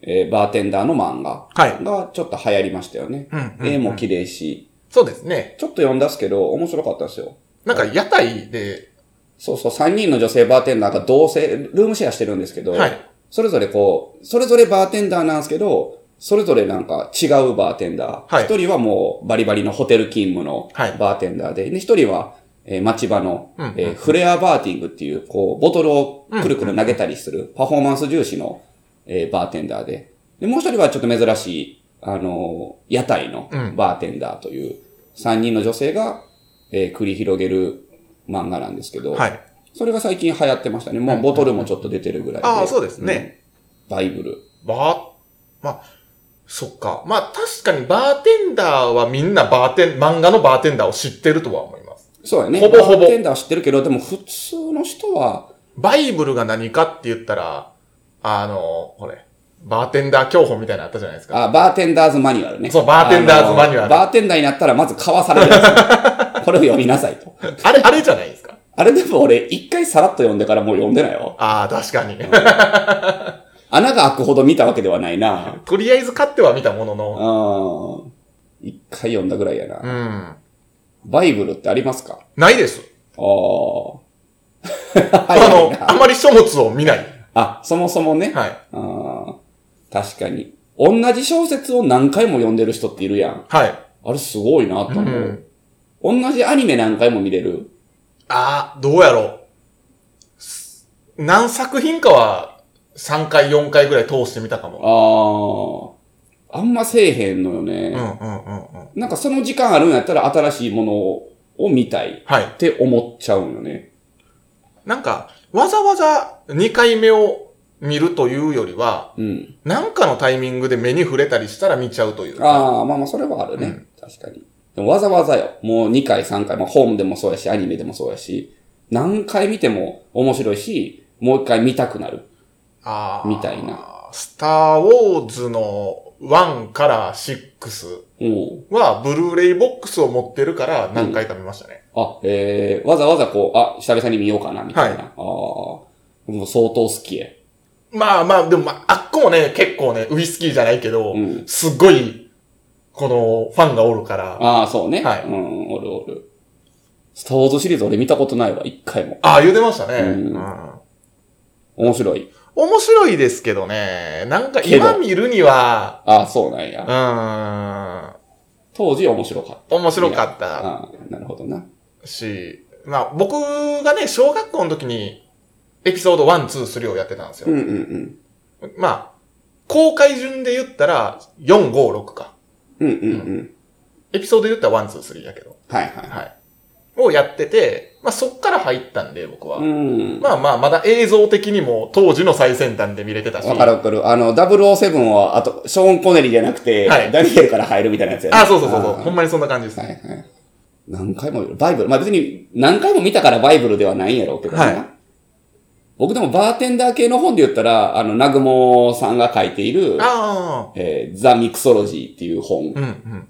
Speaker 1: えーバーテンダーの漫画
Speaker 2: はい
Speaker 1: がちょっと流行りましたよね。
Speaker 2: うんうん
Speaker 1: 絵も綺麗し、
Speaker 2: そうですね。
Speaker 1: ちょっと読んだっすけど、面白かったですよ。
Speaker 2: なんか、屋台で、
Speaker 1: そうそう、3人の女性バーテンダーが同棲、ルームシェアしてるんですけど、
Speaker 2: はい
Speaker 1: それぞれこう、それぞれバーテンダーなんですけど、それぞれなんか違うバーテンダ
Speaker 2: は
Speaker 1: ー。
Speaker 2: い
Speaker 1: 一、人はもうバリバリのホテル勤務の
Speaker 2: はい
Speaker 1: バーテンダーで、で一人は、えー町場の、
Speaker 2: うんうん
Speaker 1: えーフレアバーティングっていう、こう、ボトルをくるくる投げたりする、パフォーマンス重視の、えーバーテンダーで。で、もう一人はちょっと珍しい、あのー屋台の
Speaker 2: うん
Speaker 1: バーテンダーという、三人の女性が、えー繰り広げる漫画なんですけど、
Speaker 2: はい。
Speaker 1: それが最近流行ってましたね。もうボトルもちょっと出てるぐらいで。
Speaker 2: ああ、そうですね。
Speaker 1: うん。バイブル。
Speaker 2: ば、まあ、そっか。まあ、確かにバーテンダーはみんなバーテン、漫画のバーテンダーを知ってるとは思います。
Speaker 1: そうやね。
Speaker 2: ほぼほぼ
Speaker 1: バーテンダーは知ってるけど、でも普通の人は、
Speaker 2: バイブルが何かって言ったら、あの、これ、バーテンダー教本みたいなのあったじゃないですか。
Speaker 1: あ、バーテンダーズマニュアルね。
Speaker 2: そうバーテンダーズマニュアル
Speaker 1: あのバーテンダーになったらまず買わされるや つ。これを読みなさいと。
Speaker 2: あれ、あれじゃないですか。
Speaker 1: あれでも俺、一回さらっと読んでからもう読んでないよ。
Speaker 2: ああ、確かに。
Speaker 1: 穴が開くほど見たわけではないな。
Speaker 2: とりあえず買っては見たものの。
Speaker 1: うん。一回読んだぐらいやな。
Speaker 2: うん。
Speaker 1: バイブルってありますか
Speaker 2: ないです。
Speaker 1: ああ。
Speaker 2: あ
Speaker 1: 早い
Speaker 2: の、
Speaker 1: な
Speaker 2: あまり書物を見ない。
Speaker 1: あ、そもそもね。
Speaker 2: はい。
Speaker 1: ああ、確かに。同じ小説を何回も読んでる人っているやん。
Speaker 2: はい。
Speaker 1: あれすごいなと
Speaker 2: う
Speaker 1: 思
Speaker 2: ん
Speaker 1: う。。同じアニメ何回も見れる。
Speaker 2: ああ、どうやろう。何作品かは3回、4回ぐらい通してみたかも。
Speaker 1: ああ、あんませえへんのよ
Speaker 2: うんう
Speaker 1: ね。
Speaker 2: んうんうん。
Speaker 1: なんかその時間あるんやったら新しいものをを見たい
Speaker 2: はい。
Speaker 1: って思っちゃうんよね。
Speaker 2: なんか、わざわざ2回目を見るというよりは、
Speaker 1: うん。
Speaker 2: なんかのタイミングで目に触れたりしたら見ちゃうというか。
Speaker 1: ああ、まあまあ、それはあるね。確かに。でもわざわざよ。もう2回、3回、まあ、本でもそうやし、アニメでもそうやし、何回見ても面白いし、もう一回見たくなる。
Speaker 2: あー
Speaker 1: みたいな。
Speaker 2: スター・ウォーズの1から6
Speaker 1: うん。
Speaker 2: は、ブルーレイボックスを持ってるから何回か見ましたね。
Speaker 1: あ、えー、わざわざこう、あ、久々に見ようかな、みたいな。ああ、もう相当好きや。
Speaker 2: まあまあ、でもまあ、あっこもね、結構ね、ウイスキーじゃないけど、
Speaker 1: うん
Speaker 2: すっごい、この、ファンがおるから、
Speaker 1: ああ、そうね。
Speaker 2: はい
Speaker 1: うん、おるおる。スターウォーズシリーズ俺見たことないわ、一回も。
Speaker 2: ああ、言うてましたね。
Speaker 1: うん
Speaker 2: うん
Speaker 1: 面白い。
Speaker 2: 面白いですけどね、なんか
Speaker 1: けど
Speaker 2: 今見るには、
Speaker 1: ああ、そうなん
Speaker 2: う
Speaker 1: や。
Speaker 2: ーん、
Speaker 1: 当時面白かった。
Speaker 2: 面白かった
Speaker 1: ああ、なるほどな。
Speaker 2: し、まあ僕がね、小学校の時にエピソード1、2、3をやってたんです
Speaker 1: うん
Speaker 2: よ。
Speaker 1: うんうん。
Speaker 2: まあ、公開順で言ったら4、5、6か。
Speaker 1: うんうんうん。
Speaker 2: エピソードで言ったら1、2、3やけど。
Speaker 1: はいはいはい。
Speaker 2: はい。をやってて、まあそっから入ったんで僕は。
Speaker 1: うん。
Speaker 2: まあまあ、まだ映像的にも当時の最先端で見れてたし。
Speaker 1: わかるわかる。あの、007は、あと、ショーン・コネリーじゃなくて、
Speaker 2: はい
Speaker 1: ダニエルから入るみたいなやつやね
Speaker 2: あ、そうそうそうそう。
Speaker 1: ああ
Speaker 2: ほんまにそんな感じです。
Speaker 1: はいはい。何回も、バイブル。まあ別に何回も見たからバイブルではないんやろうけどね。
Speaker 2: はい
Speaker 1: 僕でもバーテンダー系の本で言ったら、あの、南雲さんが書いている、
Speaker 2: ああ。
Speaker 1: えーザ・ミクソロジーっていう本。
Speaker 2: うん、うん、う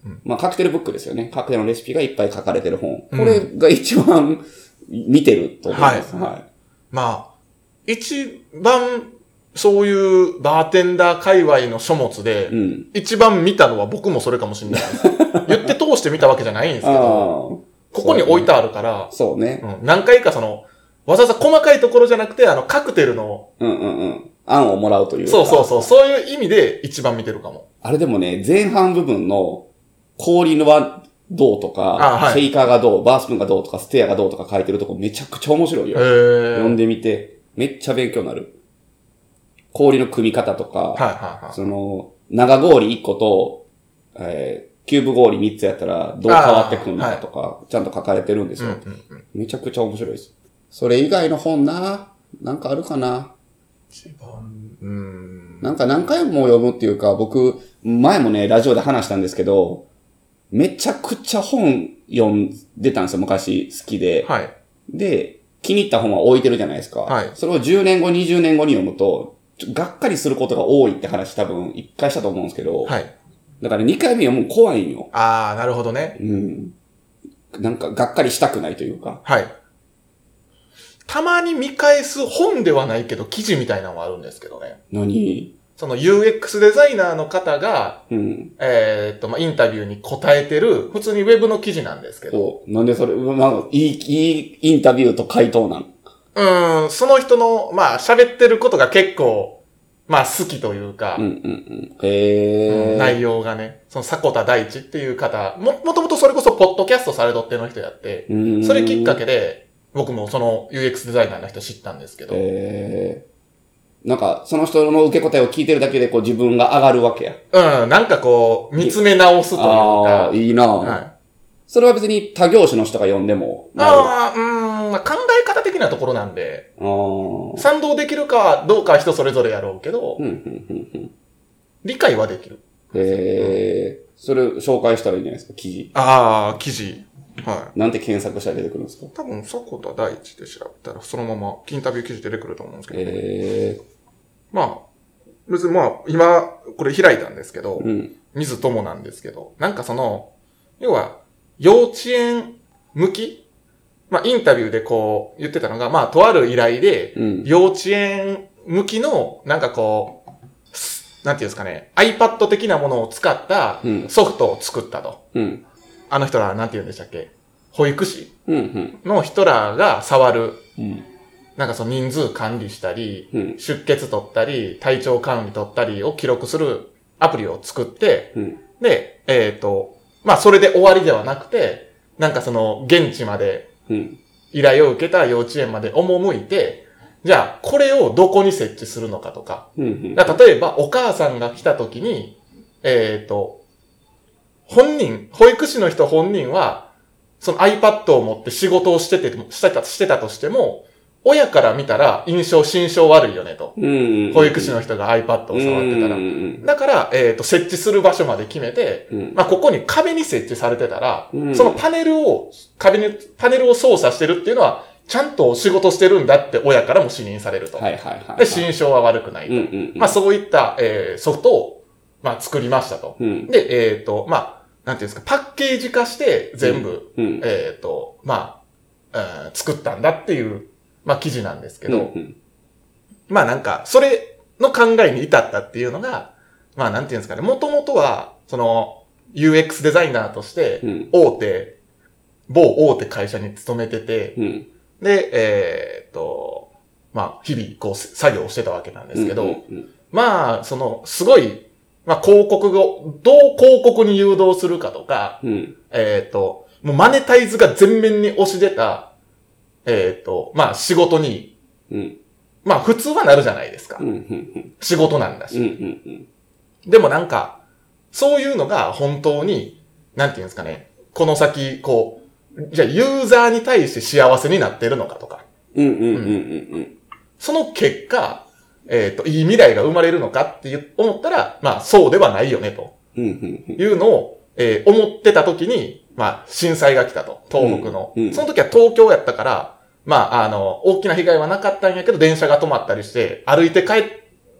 Speaker 2: ん。
Speaker 1: まあカクテルブックですよね。カクテルのレシピがいっぱい書かれてる本。これが一番見てると思います。
Speaker 2: はい
Speaker 1: は
Speaker 2: まあ、一番、そういうバーテンダー界隈の書物で、
Speaker 1: い。うん。
Speaker 2: 一番見たのは僕もそれかもしれ ないです。言って通して見たわけじゃないんです
Speaker 1: あ
Speaker 2: け
Speaker 1: あ
Speaker 2: ど、ここに置いてあるから
Speaker 1: ー。、そうね。
Speaker 2: うん何回かその、わざわざ細かいところじゃなくて、あの、カクテルの、
Speaker 1: うんうんうん。案をもらうというか。
Speaker 2: そうそうそう、そういう意味で一番見てるかも。
Speaker 1: あれでもね、前半部分の氷のはどうと
Speaker 2: あ
Speaker 1: か、
Speaker 2: はい
Speaker 1: シェイカーがどう、バースプーンがどうとか、ステアがどうとか書いてるとこめちゃくちゃ面白い
Speaker 2: へ
Speaker 1: よ。
Speaker 2: ー
Speaker 1: 読んでみて、めっちゃ勉強になる。氷の組み方とか、
Speaker 2: はいはいはい。
Speaker 1: その、長氷1個と、えーキューブ氷3つやったらどう変わってくるのかとか、ちゃんと書かれてるんです
Speaker 2: うん
Speaker 1: よ。
Speaker 2: うんうん。
Speaker 1: めちゃくちゃ面白いです。それ以外の本な、なんかあるかな。
Speaker 2: 一番、うん。
Speaker 1: なんか何回も読むっていうか、僕、前もね、ラジオで話したんですけど、めちゃくちゃ本読んでたんですよ、昔好きで。
Speaker 2: はい。
Speaker 1: で、気に入った本は置いてるじゃないですか。
Speaker 2: はい
Speaker 1: それを10年後、20年後に読むと、ちょがっかりすることが多いって話多分1回したと思うんですけど、
Speaker 2: はい。
Speaker 1: だから2回目読むの怖いんよ。
Speaker 2: ああ、なるほどね。
Speaker 1: うん。なんか、がっかりしたくないというか。
Speaker 2: はい。たまに見返す本ではないけど、記事みたいなのはあるんですけどね。
Speaker 1: 何
Speaker 2: その UX デザイナーの方が、
Speaker 1: うん。
Speaker 2: えーっと、まあ、インタビューに答えてる、普通にウェブの記事なんですけど、
Speaker 1: そう。なんでそれ、うまいい、いいインタビューと回答なん。
Speaker 2: うーん、その人の、まあ、喋ってることが結構、まあ、好きというか
Speaker 1: うん、うんうん。へえ。
Speaker 2: 内容がね、その迫田大地っていう方、も、もともとそれこそポッドキャストされとっての人やって、そ
Speaker 1: そ
Speaker 2: れきっか
Speaker 1: け。
Speaker 2: けで、僕もその UX デザイナーの人知ったんですけど、
Speaker 1: えー、なんか、その人の受け答えを聞いてるだけで、こう自分が上がるわけや。
Speaker 2: うん、なんかこう、見つめ直すというか、
Speaker 1: ああー、いいな、
Speaker 2: はい。
Speaker 1: それは別に他業種の人が読んでも。あ
Speaker 2: ああ、うーん、まあ、考え方的なところなんで、
Speaker 1: ー。うん、
Speaker 2: 賛同できるかどうかは人それぞれやろうけど
Speaker 1: う、ん、うん、うん。
Speaker 2: 理解はできる。
Speaker 1: えー、それ紹介したらいいんじゃないですか、記事。
Speaker 2: ああ、記事。は
Speaker 1: なんて検索したら出てくるんですか
Speaker 2: い。多分、迫田大地で調べたら、そのまま、インタビュー記事出てくると思うんですけど、
Speaker 1: え
Speaker 2: まあ、別にまあ、今、これ開いたんですけど
Speaker 1: ー、、うん。
Speaker 2: 水友なんですけど、なんかその、要は、幼稚園向きまあ、インタビューでこう、言ってたのが、まあ、とある依頼で、
Speaker 1: うん。
Speaker 2: 幼稚園向きの、なんかこう、すなんていうんですかね、iPad 的なものを使った
Speaker 1: うん
Speaker 2: ソフトを作ったと。
Speaker 1: うん。
Speaker 2: あの人ら、なんて言うんでしたっけ保育士
Speaker 1: うん、うん。
Speaker 2: の人らが触る、
Speaker 1: うん。
Speaker 2: なんかその人数管理したり、
Speaker 1: うん。
Speaker 2: 出血取ったり、体調管理取ったりを記録するアプリを作って、
Speaker 1: うん。
Speaker 2: で、えっ、と、まあ、それで終わりではなくて、なんかその、現地まで
Speaker 1: うん。
Speaker 2: 依頼を受けた幼稚園まで赴いて、じゃあ、これをどこに設置するのかとか、
Speaker 1: うん。うん。
Speaker 2: だから例えば、お母さんが来た時に、えっ、と、本人、保育士の人本人は、その iPad を持って仕事をしてて、してた、してたとしても、親から見たら印象、心象悪いよねと。
Speaker 1: うん。
Speaker 2: 保育士の人が iPad を触ってたら
Speaker 1: うん。うん
Speaker 2: だから、えっ、と、設置する場所まで決めて、
Speaker 1: うん
Speaker 2: まあ、ここに壁に設置されてたら、
Speaker 1: うん
Speaker 2: そのパネルを、壁に、パネルを操作してるっていうのは、ちゃんと仕事してるんだって親からも視認されると。
Speaker 1: はいはいはい。
Speaker 2: で、心象は悪くないと。
Speaker 1: うんうんうん。
Speaker 2: まあ、そういった、えーソフトを、まあ、作りましたと。
Speaker 1: うん。
Speaker 2: で、えっ、と、まあ、なんていうんですか、パッケージ化して全部、
Speaker 1: うん。
Speaker 2: えっ、と、まあ、うん作ったんだっていう、まあ、記事なんですけ
Speaker 1: うん
Speaker 2: ど、
Speaker 1: うん
Speaker 2: まあなんか、それの考えに至ったっていうのが、まあなんていうんですかね、もともとは、その、UX デザイナーとして
Speaker 1: う、ん。
Speaker 2: 大手、某大手会社に勤めてて、
Speaker 1: うん。
Speaker 2: で、えーっと、まあ、日々、こう、作業をしてたわけなんですけど、
Speaker 1: うん
Speaker 2: まあ、その、すごい、まあ、広告を、どう広告に誘導するかとか、
Speaker 1: うん。
Speaker 2: えっ、と、もうマネタイズが全面に押し出た、えっ、と、まあ仕事に、
Speaker 1: うん。
Speaker 2: まあ普通はなるじゃないですか。
Speaker 1: うん。うん。うん。
Speaker 2: 仕事なんだ
Speaker 1: う
Speaker 2: し。
Speaker 1: ん。うん。
Speaker 2: でもなんか、そういうのが本当に、なんていうんですかね、この先、こう、じゃあユーザーに対して幸せになってるのかとか、
Speaker 1: うん。うん。うん。うん。
Speaker 2: その結果、えっ、と、いい未来が生まれるのかっていう思ったら、まあそうではないよね、と
Speaker 1: うん。うん。
Speaker 2: いうのを、えー思ってた時に、まあ、震災が来たと、東北の。
Speaker 1: うんうん
Speaker 2: その時は東京やったから、まあ、あの、大きな被害はなかったんやけど、電車が止まったりして、歩いて帰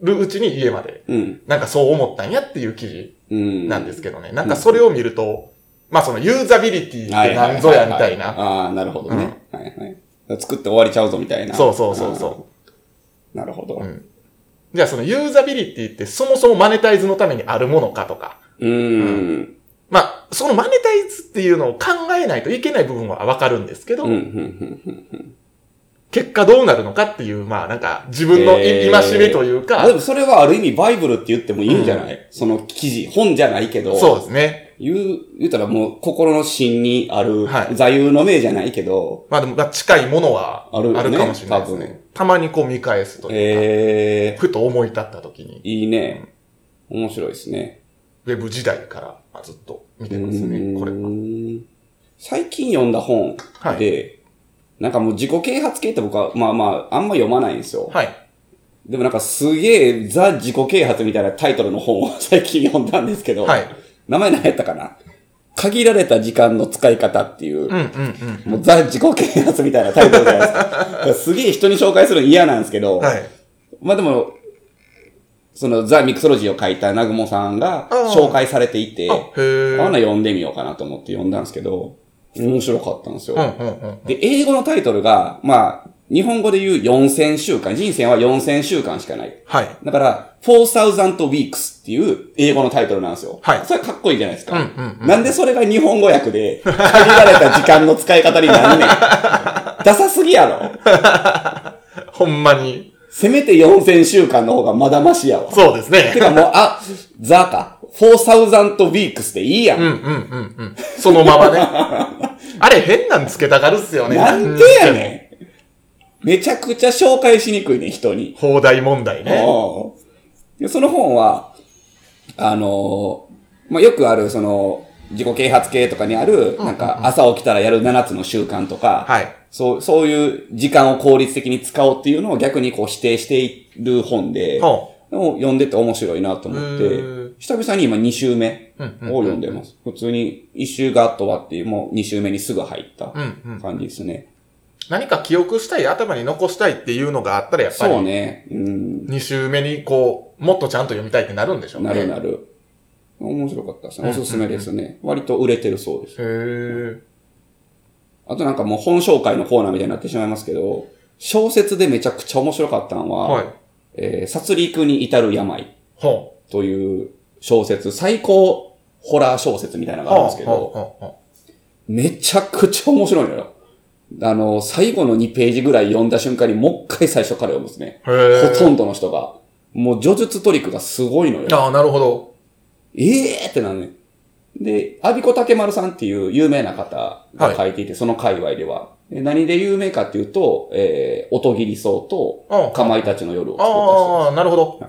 Speaker 2: るうちに家まで、
Speaker 1: うん。
Speaker 2: なんかそう思ったんやっていう記事
Speaker 1: うん。
Speaker 2: なんですけどね。なんかそれを見ると、まあそのユーザビリティっ
Speaker 1: は
Speaker 2: て
Speaker 1: いはいはいはい
Speaker 2: なんぞやみたいな。
Speaker 1: ああ、なるほどね。はいはい。作って終わりちゃうぞみたいな。。
Speaker 2: そうそうそうそう
Speaker 1: なるほど。
Speaker 2: う。
Speaker 1: うん
Speaker 2: じゃあそのユーザビリティってそもそもマネタイズのためにあるものかとか。
Speaker 1: ーん。
Speaker 2: まあ、そのマネタイズっていうのを考えないといけない部分はわかるんですけど、
Speaker 1: うん。うん。うん。うん。
Speaker 2: 結果どうなるのかっていう、まあなんか自分の
Speaker 1: え
Speaker 2: い
Speaker 1: ー
Speaker 2: 戒めとい
Speaker 1: あ
Speaker 2: うか
Speaker 1: で、もそれはある意味バイブルって言ってもいいんじゃないその記事、本じゃないけど。
Speaker 2: そうですね。
Speaker 1: 言う、言うたらもう心の芯にある
Speaker 2: はい、
Speaker 1: 座右の銘じゃないけど、
Speaker 2: まあでもまあ近いものはあ
Speaker 1: ある
Speaker 2: る
Speaker 1: よね
Speaker 2: かもしれないですね。
Speaker 1: 多分
Speaker 2: たまにこう見返すというか、
Speaker 1: え
Speaker 2: ふと思い立った時に
Speaker 1: え、いいね。面白いですね。
Speaker 2: ウェブ時代からまあずっと見てますね、これ
Speaker 1: う
Speaker 2: は。
Speaker 1: ーん最近読んだ本で、
Speaker 2: はい。
Speaker 1: なんかもう自己啓発系って僕は、まあまあ、あんま読まないんですよ。
Speaker 2: はい。
Speaker 1: でもなんかすげえザ自己啓発みたいなタイトルの本を最近読んだんですけど、
Speaker 2: はい。
Speaker 1: 名前何やったかな限られた時間の使い方っていう、
Speaker 2: うんうんうん。
Speaker 1: もうザ自己啓発みたいなタイトルじゃないですか。だ からすげえ人に紹介するの嫌なんですけど、
Speaker 2: はい。
Speaker 1: まあでも、そのザ・ミクソロジーを書いたナグモさんが
Speaker 2: あー
Speaker 1: 紹介されていて、
Speaker 2: あ、
Speaker 1: あ
Speaker 2: へえ。
Speaker 1: んな読んでみようかなと思って読んだんですけど、面白かったんですよ。
Speaker 2: うんうんうん。
Speaker 1: で、英語のタイトルが、まあ、日本語で言う4000週間、人生は4000週間しかない。
Speaker 2: はい。
Speaker 1: だから、4000 weeks っていう英語のタイトルなんですよ。
Speaker 2: はい
Speaker 1: それかっこいいじゃないですか。
Speaker 2: うんうんう
Speaker 1: なんでそれが日本語訳で、限られた時間の使い方になん ねん。ダサすぎやろ。
Speaker 2: ほんまに。
Speaker 1: せめて4000週間の方がまだましやわ。
Speaker 2: そうです
Speaker 1: て
Speaker 2: ね。
Speaker 1: かもう、あ、ザか。4000 weeks でいいやん。
Speaker 2: うんうんうんうん。そのままね。 あれ変なんつけたがるっすよね。
Speaker 1: なんでやねん。めちゃくちゃ紹介しにくいね、人に。
Speaker 2: 放題問題ね。
Speaker 1: おうでその本は、あのーまあ、よくある、その、自己啓発系とかにある、なんか、朝起きたらやる7つの習慣とか、
Speaker 2: はい。
Speaker 1: そう、そういう時間を効率的に使おうっていうのを逆にこう否定している本で、
Speaker 2: ほ
Speaker 1: でも読んでて面白いなと思っ
Speaker 2: へ
Speaker 1: て
Speaker 2: ー、
Speaker 1: 久々に今2週目
Speaker 2: う
Speaker 1: を
Speaker 2: んうん
Speaker 1: 読んでます。普通に1週がっと終わって、もう2週目にすぐ入った
Speaker 2: うんうん。
Speaker 1: 感じですね。
Speaker 2: 何か記憶したい、頭に残したいっていうのがあったら、やっぱり、
Speaker 1: そうね。うん。
Speaker 2: 2週目にこう、もっとちゃんと読みたいってなるんでしょうね。
Speaker 1: なるなる。面白かったですね。おすすめですね。割と売れてるそうです。
Speaker 2: へえ。
Speaker 1: あとなんかもう本紹介のコーナーみたいになってしまいますけど、小説でめちゃくちゃ面白かったのは、
Speaker 2: はい。
Speaker 1: えー殺戮に至る病。
Speaker 2: ほ
Speaker 1: という小説、最高ホラー小説みたいな
Speaker 2: う。
Speaker 1: のがあるんですけ
Speaker 2: ほ
Speaker 1: ど、
Speaker 2: うほうほ
Speaker 1: めちゃくちゃ面白いのよ。あの、最後の2ページぐらい読んだ瞬間にもう一回最初から読むんですね。
Speaker 2: うへえ。
Speaker 1: ほとんどの人が。もう叙述トリックがすごいのよ。
Speaker 2: ああ、なるほど。
Speaker 1: ええー、ってなるね。で、アビコ竹丸さんっていう有名な方が書いていて、その界隈では。で何で有名かっていうと、えー、音切り草
Speaker 2: うん
Speaker 1: と、かまいたちの夜を作った人
Speaker 2: ああ、なるほど。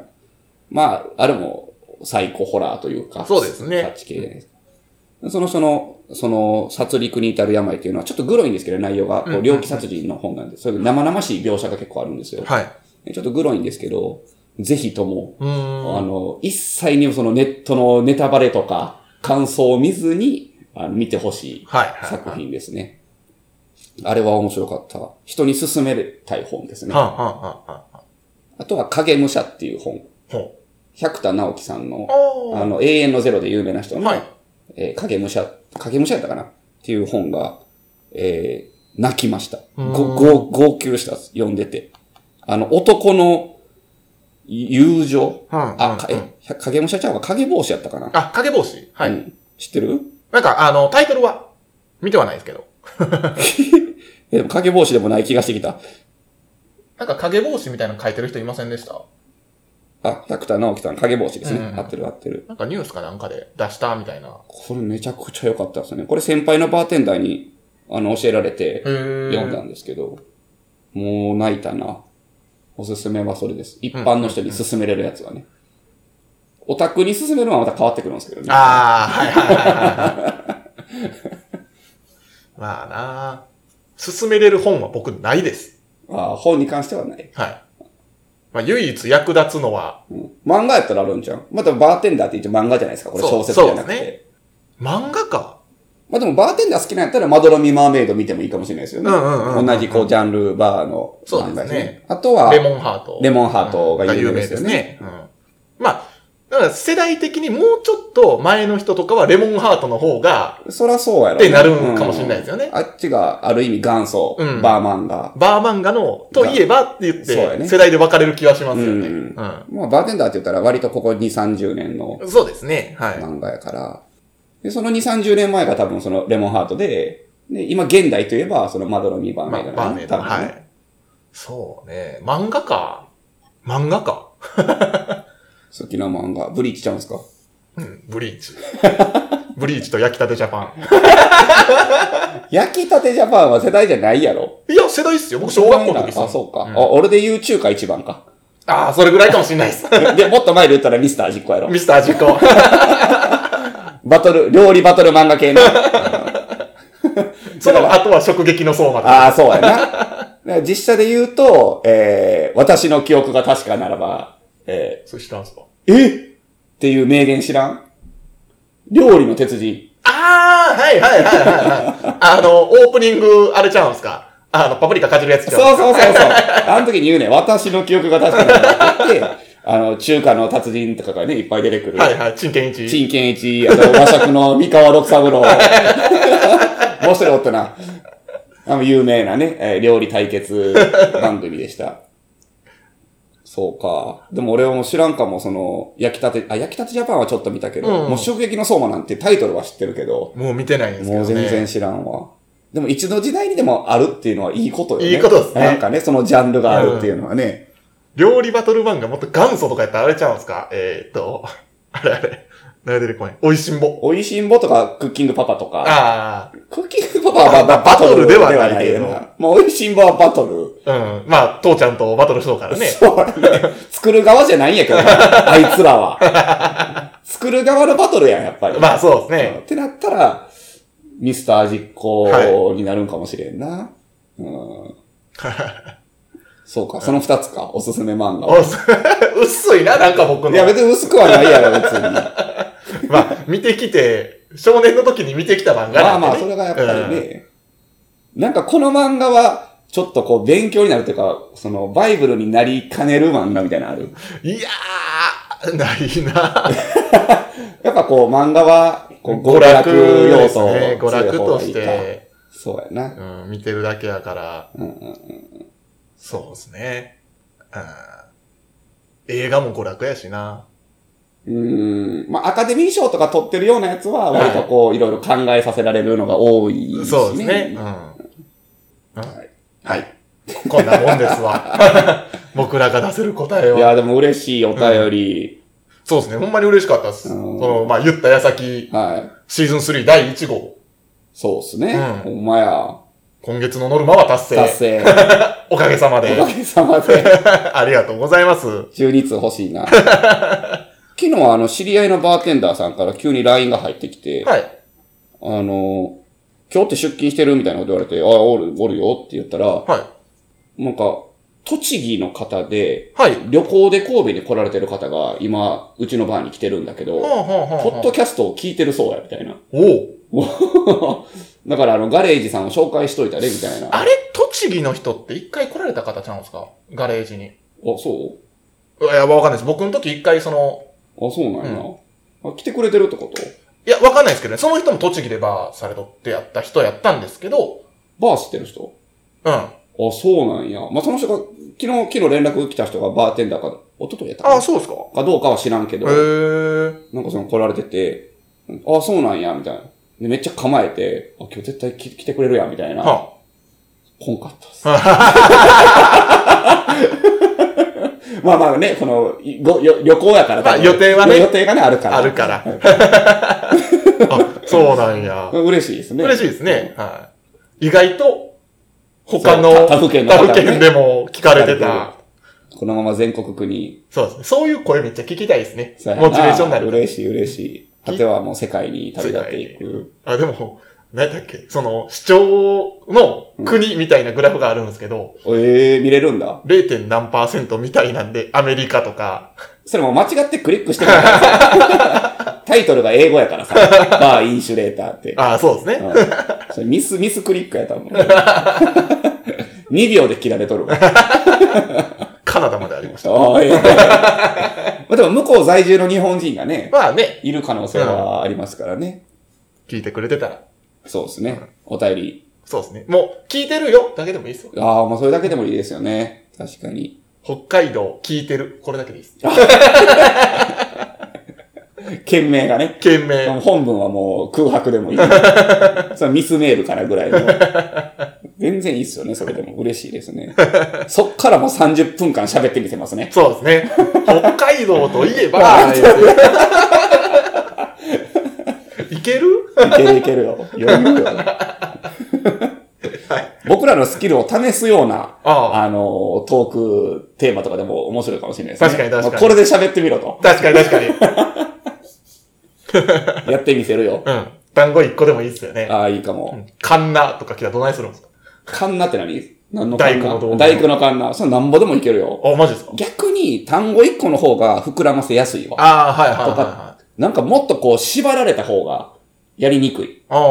Speaker 1: まあ、あれもサイコホラーというか、
Speaker 2: そうですね
Speaker 1: タッチ系じゃないですかその人のその、殺戮に至る病っていうのは、ちょっとグロいんですけど、内容が、こう猟奇殺人の本なんで、そういう生々しい描写が結構あるんですよ。
Speaker 2: はい。
Speaker 1: ちょっとグロいんですけど、ぜひとも、
Speaker 2: うーん。
Speaker 1: あの、一切にそのネットのネタバレとか、感想を見ずに、あの見てほしい
Speaker 2: はいはいはい
Speaker 1: 作品ですね。あれは面白かった。人に勧めたい本ですね。
Speaker 2: はあ、はあ、はあ、は
Speaker 1: あとは、影武者っていう本。
Speaker 2: あ。ほう。
Speaker 1: 百田直樹さんの、
Speaker 2: あー
Speaker 1: あの、永遠のゼロで有名な人の、
Speaker 2: はい
Speaker 1: えー影武者、影武者やったかなっていう本が、えー泣きました。ご、ご、号泣したんです、読んでて。あの、男の友情、
Speaker 2: うん
Speaker 1: あ、か
Speaker 2: うん
Speaker 1: え、ひゃ影武者ちゃんは影帽子やったかな、
Speaker 2: あ、影帽子はい、
Speaker 1: うん知ってる
Speaker 2: なんか、あの、タイトルは見てはないですけど。
Speaker 1: え、でも影帽子でもない気がしてきた。
Speaker 2: なんか影帽子みたいなの書いてる人いませんでした
Speaker 1: あ、百田直樹さん、影帽子ですね。
Speaker 2: うん
Speaker 1: 合ってる合ってる。
Speaker 2: なんかニュースかなんかで出したみたいな。
Speaker 1: これめちゃくちゃ良かったですね。これ先輩のバーテンダーに、あの、教えられて、
Speaker 2: へ
Speaker 1: 読んだんですけど、もう泣いたな。おすすめはそれです。一般の人に勧めれるやつはね。オタクに勧めるのはまた変わってくるんですけどね。
Speaker 2: ああ、はいはいはいはい。 まあなあ進めれる本は僕ないです。
Speaker 1: あー本に関してはない。
Speaker 2: はい。まあ唯一役立つのは、
Speaker 1: うん漫画やったらあるんじゃん。まあでもバーテンダーって一応漫画じゃないですか。これ
Speaker 2: そう
Speaker 1: 小説じゃなく
Speaker 2: そ
Speaker 1: て。
Speaker 2: うで漫画か。
Speaker 1: まあでもバーテンダー好きなんやったら、まどろみマーメイド見てもいいかもしれないですよね。
Speaker 2: うんうんうんうん
Speaker 1: 同じこうジャンルバーの漫画
Speaker 2: そうですね
Speaker 1: あとは、
Speaker 2: レモンハート。
Speaker 1: レモンハートが
Speaker 2: が
Speaker 1: 有
Speaker 2: 有
Speaker 1: 名で
Speaker 2: 名です
Speaker 1: よ
Speaker 2: す
Speaker 1: ね。
Speaker 2: ね。うん。まあ、だから世代的にもうちょっと前の人とかはレモンハートの方が、
Speaker 1: そらそうやろ。
Speaker 2: ってなるんかもしれないですよね
Speaker 1: うんあっちがある意味元祖、
Speaker 2: うん
Speaker 1: バーマンが。
Speaker 2: バー漫画の、といえばって言っ
Speaker 1: そうやね
Speaker 2: て、世代で分かれる気がしますよ
Speaker 1: う
Speaker 2: ね。うんん。
Speaker 1: まあ、バーテンダーって言ったら割とここ2、30年の
Speaker 2: そうですね。はい。
Speaker 1: 漫画やから、で、その2、30年前が多分そのレモンハートで、で、今現代といえばそのまどろみバー
Speaker 2: ま
Speaker 1: メイド
Speaker 2: あ、バーメイド。
Speaker 1: 多分
Speaker 2: は
Speaker 1: ね
Speaker 2: い。そうね。漫画か。漫画か。
Speaker 1: 好きな漫画。ブリーチちゃうんですか
Speaker 2: うん。ブリ ーチ。ブリーチと焼きたてジャパ
Speaker 1: 焼きたてジャパンは世代じゃないやろ。
Speaker 2: ン。いや、世代っすよ。僕、小学校の時っすよ
Speaker 1: あ、そうか。
Speaker 2: ん
Speaker 1: あ、俺で言う中華一番か。
Speaker 2: ああ、それぐらいかもしんないっす。
Speaker 1: で、もっと前で言ったらミスター実行やろ。
Speaker 2: ミスター 実行。
Speaker 1: バトル、料理バトル漫画系の。
Speaker 2: その後は食撃の相馬だ。
Speaker 1: ああ、そうやな。だから実写で言うと、えー、私の記憶が確かならば、えー、
Speaker 2: それ知らんすか
Speaker 1: えっていう名言知らん料理の鉄人。
Speaker 2: ああ、はいはいはいはいはい。あの、オープニング、あれちゃうんすかあの、パプリカかじるやつち
Speaker 1: そ
Speaker 2: ゃ
Speaker 1: う
Speaker 2: うんすか
Speaker 1: そうそうそう。あの時に言うね、私の記憶が確かないって言って、あの、中華の達人とかがね、いっぱい出てくる。
Speaker 2: はいはい、陳建一。
Speaker 1: 陳建一、あと和食の三河六三郎。もう一人おったな。あの、有名なね、えー料理対決番組でした。そうか。でも俺はもう知らんかも、その、焼きたて、あ、焼きたてジャパンはちょっと見たけど、
Speaker 2: うん
Speaker 1: もう衝撃の相馬なんてタイトルは知ってるけど、
Speaker 2: もう見てないんですけど、ね。
Speaker 1: もう全然知らんわ。でも一度時代にでもあるっていうのはいいことよね。
Speaker 2: いいことですね
Speaker 1: なんかね、そのジャンルがあるっていうのはね。
Speaker 2: 料理バトル漫画もっと元祖とかやったらあれちゃうんすかえー、っと、 あれあれ。何出てこない。美味しんぼ。
Speaker 1: 美味しんぼとかクッキングパパとか。
Speaker 2: あ
Speaker 1: クッキングパパはまあまあバ
Speaker 2: バ
Speaker 1: ト
Speaker 2: ト
Speaker 1: ル
Speaker 2: ル
Speaker 1: で
Speaker 2: で
Speaker 1: は
Speaker 2: は
Speaker 1: な
Speaker 2: ないい
Speaker 1: け
Speaker 2: け
Speaker 1: ど
Speaker 2: ど
Speaker 1: な。まあ、美味しんぼはバトル。
Speaker 2: あ、うん。まあ、父ちゃんとバトルしとうからね。
Speaker 1: そうね。作る側じゃないん やけどな、あいつらは。作る側のバトルやん、やっぱり。
Speaker 2: まあ、そうです
Speaker 1: うん
Speaker 2: ね。
Speaker 1: ってなったら、ミスター実行になるんかもしれんな。 うん。そうか、その二つか、おすすめ漫画は。
Speaker 2: おす 薄いな、なんか僕
Speaker 1: い
Speaker 2: の。
Speaker 1: や、別に薄くはないやろ、別に。
Speaker 2: まあ、見てきて、少年の時に見てきた漫
Speaker 1: ま
Speaker 2: 画な
Speaker 1: あ
Speaker 2: んで、
Speaker 1: ま
Speaker 2: ね。
Speaker 1: あ、それがやっぱりね、なんかこの漫画は、ちょっとこう、勉強になるというか、その、バイブルになりかねる漫画みたいなのある。
Speaker 2: うん。いやー、ないな。
Speaker 1: やっぱこう、漫画は、 こう、
Speaker 2: 娯
Speaker 1: 娯楽
Speaker 2: 楽
Speaker 1: 要
Speaker 2: で
Speaker 1: 素
Speaker 2: す
Speaker 1: を
Speaker 2: ね。娯楽とし
Speaker 1: 強い方がいいか
Speaker 2: て、
Speaker 1: そうやな。
Speaker 2: うん、見てるだけやから。
Speaker 1: うんうん
Speaker 2: そうですね。うん。映画も娯楽やしな。
Speaker 1: うん。まあ、アカデミー賞とか取ってるようなやつは、割とこう、いろいろ考えさせられるのが多いし、ね。
Speaker 2: そうですね。うん。
Speaker 1: はい。
Speaker 2: こんなもんですわ。 僕らが出せる答え
Speaker 1: い
Speaker 2: は。
Speaker 1: や、でも嬉しいお便り。
Speaker 2: そうですね。ほんまに嬉しかったです。そ
Speaker 1: うん
Speaker 2: の、まあ、言った矢先、
Speaker 1: はい。
Speaker 2: シーズン3第1号。
Speaker 1: そうっすね。
Speaker 2: うん
Speaker 1: ほんまや。
Speaker 2: 今月のノルマは達
Speaker 1: 達
Speaker 2: 成。
Speaker 1: 成。
Speaker 2: おかげさまで
Speaker 1: お。かげさまで、
Speaker 2: ありがとうございます。
Speaker 1: 12通欲し いな。昨日あの、知り合いのバーテンダーさんから急に LINE が入ってきて、
Speaker 2: はい。
Speaker 1: あの、今日って出勤してるみたいなこと言われて、あ、おる、おるよって言ったら、
Speaker 2: はい。
Speaker 1: なんか、栃木の方で、
Speaker 2: はい。
Speaker 1: 旅行で神戸に来られてる方が、今、うちのバーに来てるんだけ
Speaker 2: は
Speaker 1: ど、
Speaker 2: あはあはあ
Speaker 1: ポッドキャストを聞いてるそうや、みたいな。
Speaker 2: おう
Speaker 1: だから、あの、ガレージさんを紹介しといたで、みたいな。
Speaker 2: あれ、栃木の人って一回来られた方ちゃうんですかガレージに。
Speaker 1: あ、そう
Speaker 2: いや、わかんないです。僕の時一回その、
Speaker 1: あ、そうなんやな。あ来てくれてるってこと
Speaker 2: いや、わかんないですけどね。その人も栃木でバーされとってやった人やったんですけど、
Speaker 1: バー知ってる人
Speaker 2: うん。あ
Speaker 1: あ、そうなんや。まあ、その人が、昨日、昨日連絡来た人がバーテンダーか、おととやったかな
Speaker 2: あ、そうですか
Speaker 1: かどうかは知らんけど、
Speaker 2: へえ。
Speaker 1: なんかその来られてて、ああ、そうなんや、みたいな。で、めっちゃ構えて、あ、今日絶対来来てくれるやん、みたいな。
Speaker 2: は
Speaker 1: こんかったっす。 まあまあね、その、いごよ旅行やから
Speaker 2: まあ予定はね
Speaker 1: 予定がね、あるか
Speaker 2: あ、
Speaker 1: ら。
Speaker 2: あるから。 あ、そうなんや。
Speaker 1: 嬉しいですね。
Speaker 2: 嬉しいですね。はい。意外と、他
Speaker 1: そ
Speaker 2: の
Speaker 1: う他他府県の方ね
Speaker 2: 他府県でも聞かれて
Speaker 1: 聞かれ
Speaker 2: た。
Speaker 1: このまま全国区に。
Speaker 2: そうですね。そういう声めっちゃ聞きたいですね
Speaker 1: さ。よなら
Speaker 2: モチベーションになる。
Speaker 1: 嬉しい、嬉しい。果てはもう世界に旅立っていく。
Speaker 2: あ、でも、何だっけその、市長の国みたいなグラフがあるんですけど、
Speaker 1: ええ見れるんだ。
Speaker 2: 0. 点何パーセントみたいなんで、アメリカとか、
Speaker 1: それもう間違ってクリックしてるからさ。タイトルが英語やからさ。バーインシュレーターって。
Speaker 2: あそうですね。
Speaker 1: うんそれミス、ミスクリックやったもん。2秒で切られとるわ。
Speaker 2: カナダまでありました。
Speaker 1: ああ、ええまあでも向こう在住の日本人がね、
Speaker 2: まあね、
Speaker 1: いる可能性はありますからね。
Speaker 2: 聞いてくれてたら。
Speaker 1: そうですね。お便り。
Speaker 2: そうですね。もう、聞いてるよだけでもいいですよ。
Speaker 1: ああ、まあそれだけでもいいですよね。確かに。
Speaker 2: 北海道、聞いてる。これだけでいいです。
Speaker 1: 件名がね。
Speaker 2: 県名。
Speaker 1: 本文はもう空白で もいい。それミスメールからぐらいの。全然いいっすよね、それでも。嬉しいですね。そっからもう30分間喋ってみてますね。
Speaker 2: そうですね。北海道といえ
Speaker 1: あ
Speaker 2: ば、 いける
Speaker 1: いけるいけるよ。余裕よ。僕らのスキルを試すような、
Speaker 2: ああ
Speaker 1: あの、トークテーマとかでも面白いかもしれないですね。
Speaker 2: 確かに確かに
Speaker 1: まあこれで喋ってみろと。
Speaker 2: 確かに 確かに。
Speaker 1: やってみせるよ。
Speaker 2: うん。単語一個でもいいですよね。
Speaker 1: ああ、いいかも。
Speaker 2: カンナとか来たらどないするんですか
Speaker 1: カンナって何何のカン
Speaker 2: 大工の道具
Speaker 1: ナ大工のカンナ。それなんぼでもいけるよ。
Speaker 2: あ、マジですか
Speaker 1: 逆に単語一個の方が膨らませやすいわ。
Speaker 2: ああ、はいはいはいはい。
Speaker 1: なんかもっとこう縛られた方がやりにくい。
Speaker 2: ああ。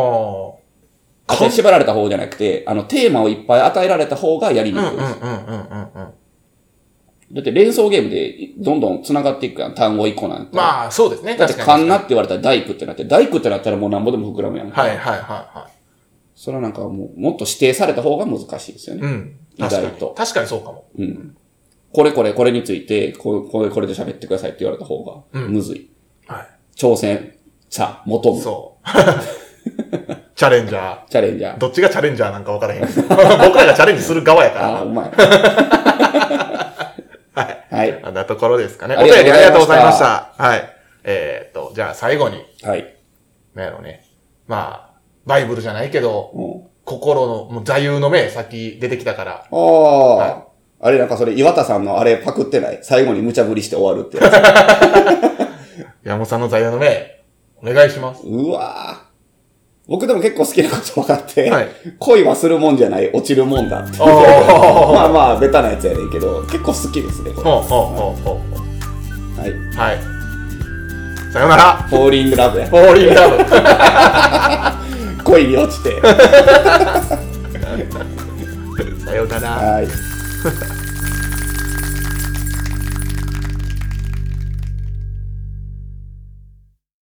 Speaker 1: あそれ縛られた方じゃなくて、あのテーマをいっぱい与えられた方がやり
Speaker 2: う
Speaker 1: に
Speaker 2: ん
Speaker 1: くい。
Speaker 2: うんうんうんうんうん。
Speaker 1: だって連想ゲームでどんどん繋がっていくやん、単語一個なんて。
Speaker 2: まあ、そうですね。
Speaker 1: だって、
Speaker 2: 確か
Speaker 1: カン
Speaker 2: に。
Speaker 1: ナって言われたら大工ってなって、大工ってなったらもうなんぼでも膨らむやん。
Speaker 2: はいはいはいは
Speaker 1: それはなんかもう、もっと指定された方が難しいですよ
Speaker 2: い。
Speaker 1: ね。
Speaker 2: うん。
Speaker 1: 意外
Speaker 2: 確かに
Speaker 1: と。
Speaker 2: 確かにそうかも。
Speaker 1: うん。これこれこれについて、こうこれこれで喋ってくださいって言われた方が、むずい。
Speaker 2: は
Speaker 1: 挑戦、さ、求
Speaker 2: い。
Speaker 1: む。
Speaker 2: そう。 チャレンジャー。
Speaker 1: チャレンジャー。
Speaker 2: どっちがチャレンジャーなんか分からへん。 僕らがチャレンジする側や
Speaker 1: ああ、
Speaker 2: か
Speaker 1: う まい。はい。
Speaker 2: ら。あんなところですかね。
Speaker 1: あ
Speaker 2: お
Speaker 1: り
Speaker 2: 便
Speaker 1: がとうございました
Speaker 2: りありがとうございました。はい。えーっと、じゃあ最後に、
Speaker 1: はい。
Speaker 2: なんやろね。まあ、バイブルじゃないけど、
Speaker 1: うん
Speaker 2: 心の、もう座右の銘、さっき出てきたから。
Speaker 1: ああ、あれなんかそれ岩田さんのあれパクってない最後に無茶ぶりして終わるってや つ。
Speaker 2: 山本さんの座右の銘、お願いします。
Speaker 1: うわー僕でも結構好きなこと分かって、
Speaker 2: はい
Speaker 1: 恋はするもんじゃない、落ちるもんだって。
Speaker 2: おー
Speaker 1: まあまあ、ベタなやつやねんけど、結構好きですね、これ。
Speaker 2: ほうほうほうほうほ
Speaker 1: はい。
Speaker 2: う。はい。さよなら。
Speaker 1: フォーリングラブや。
Speaker 2: ボ ーリングラブ。
Speaker 1: 恋に 落ちて。
Speaker 2: さよなら。
Speaker 1: はい。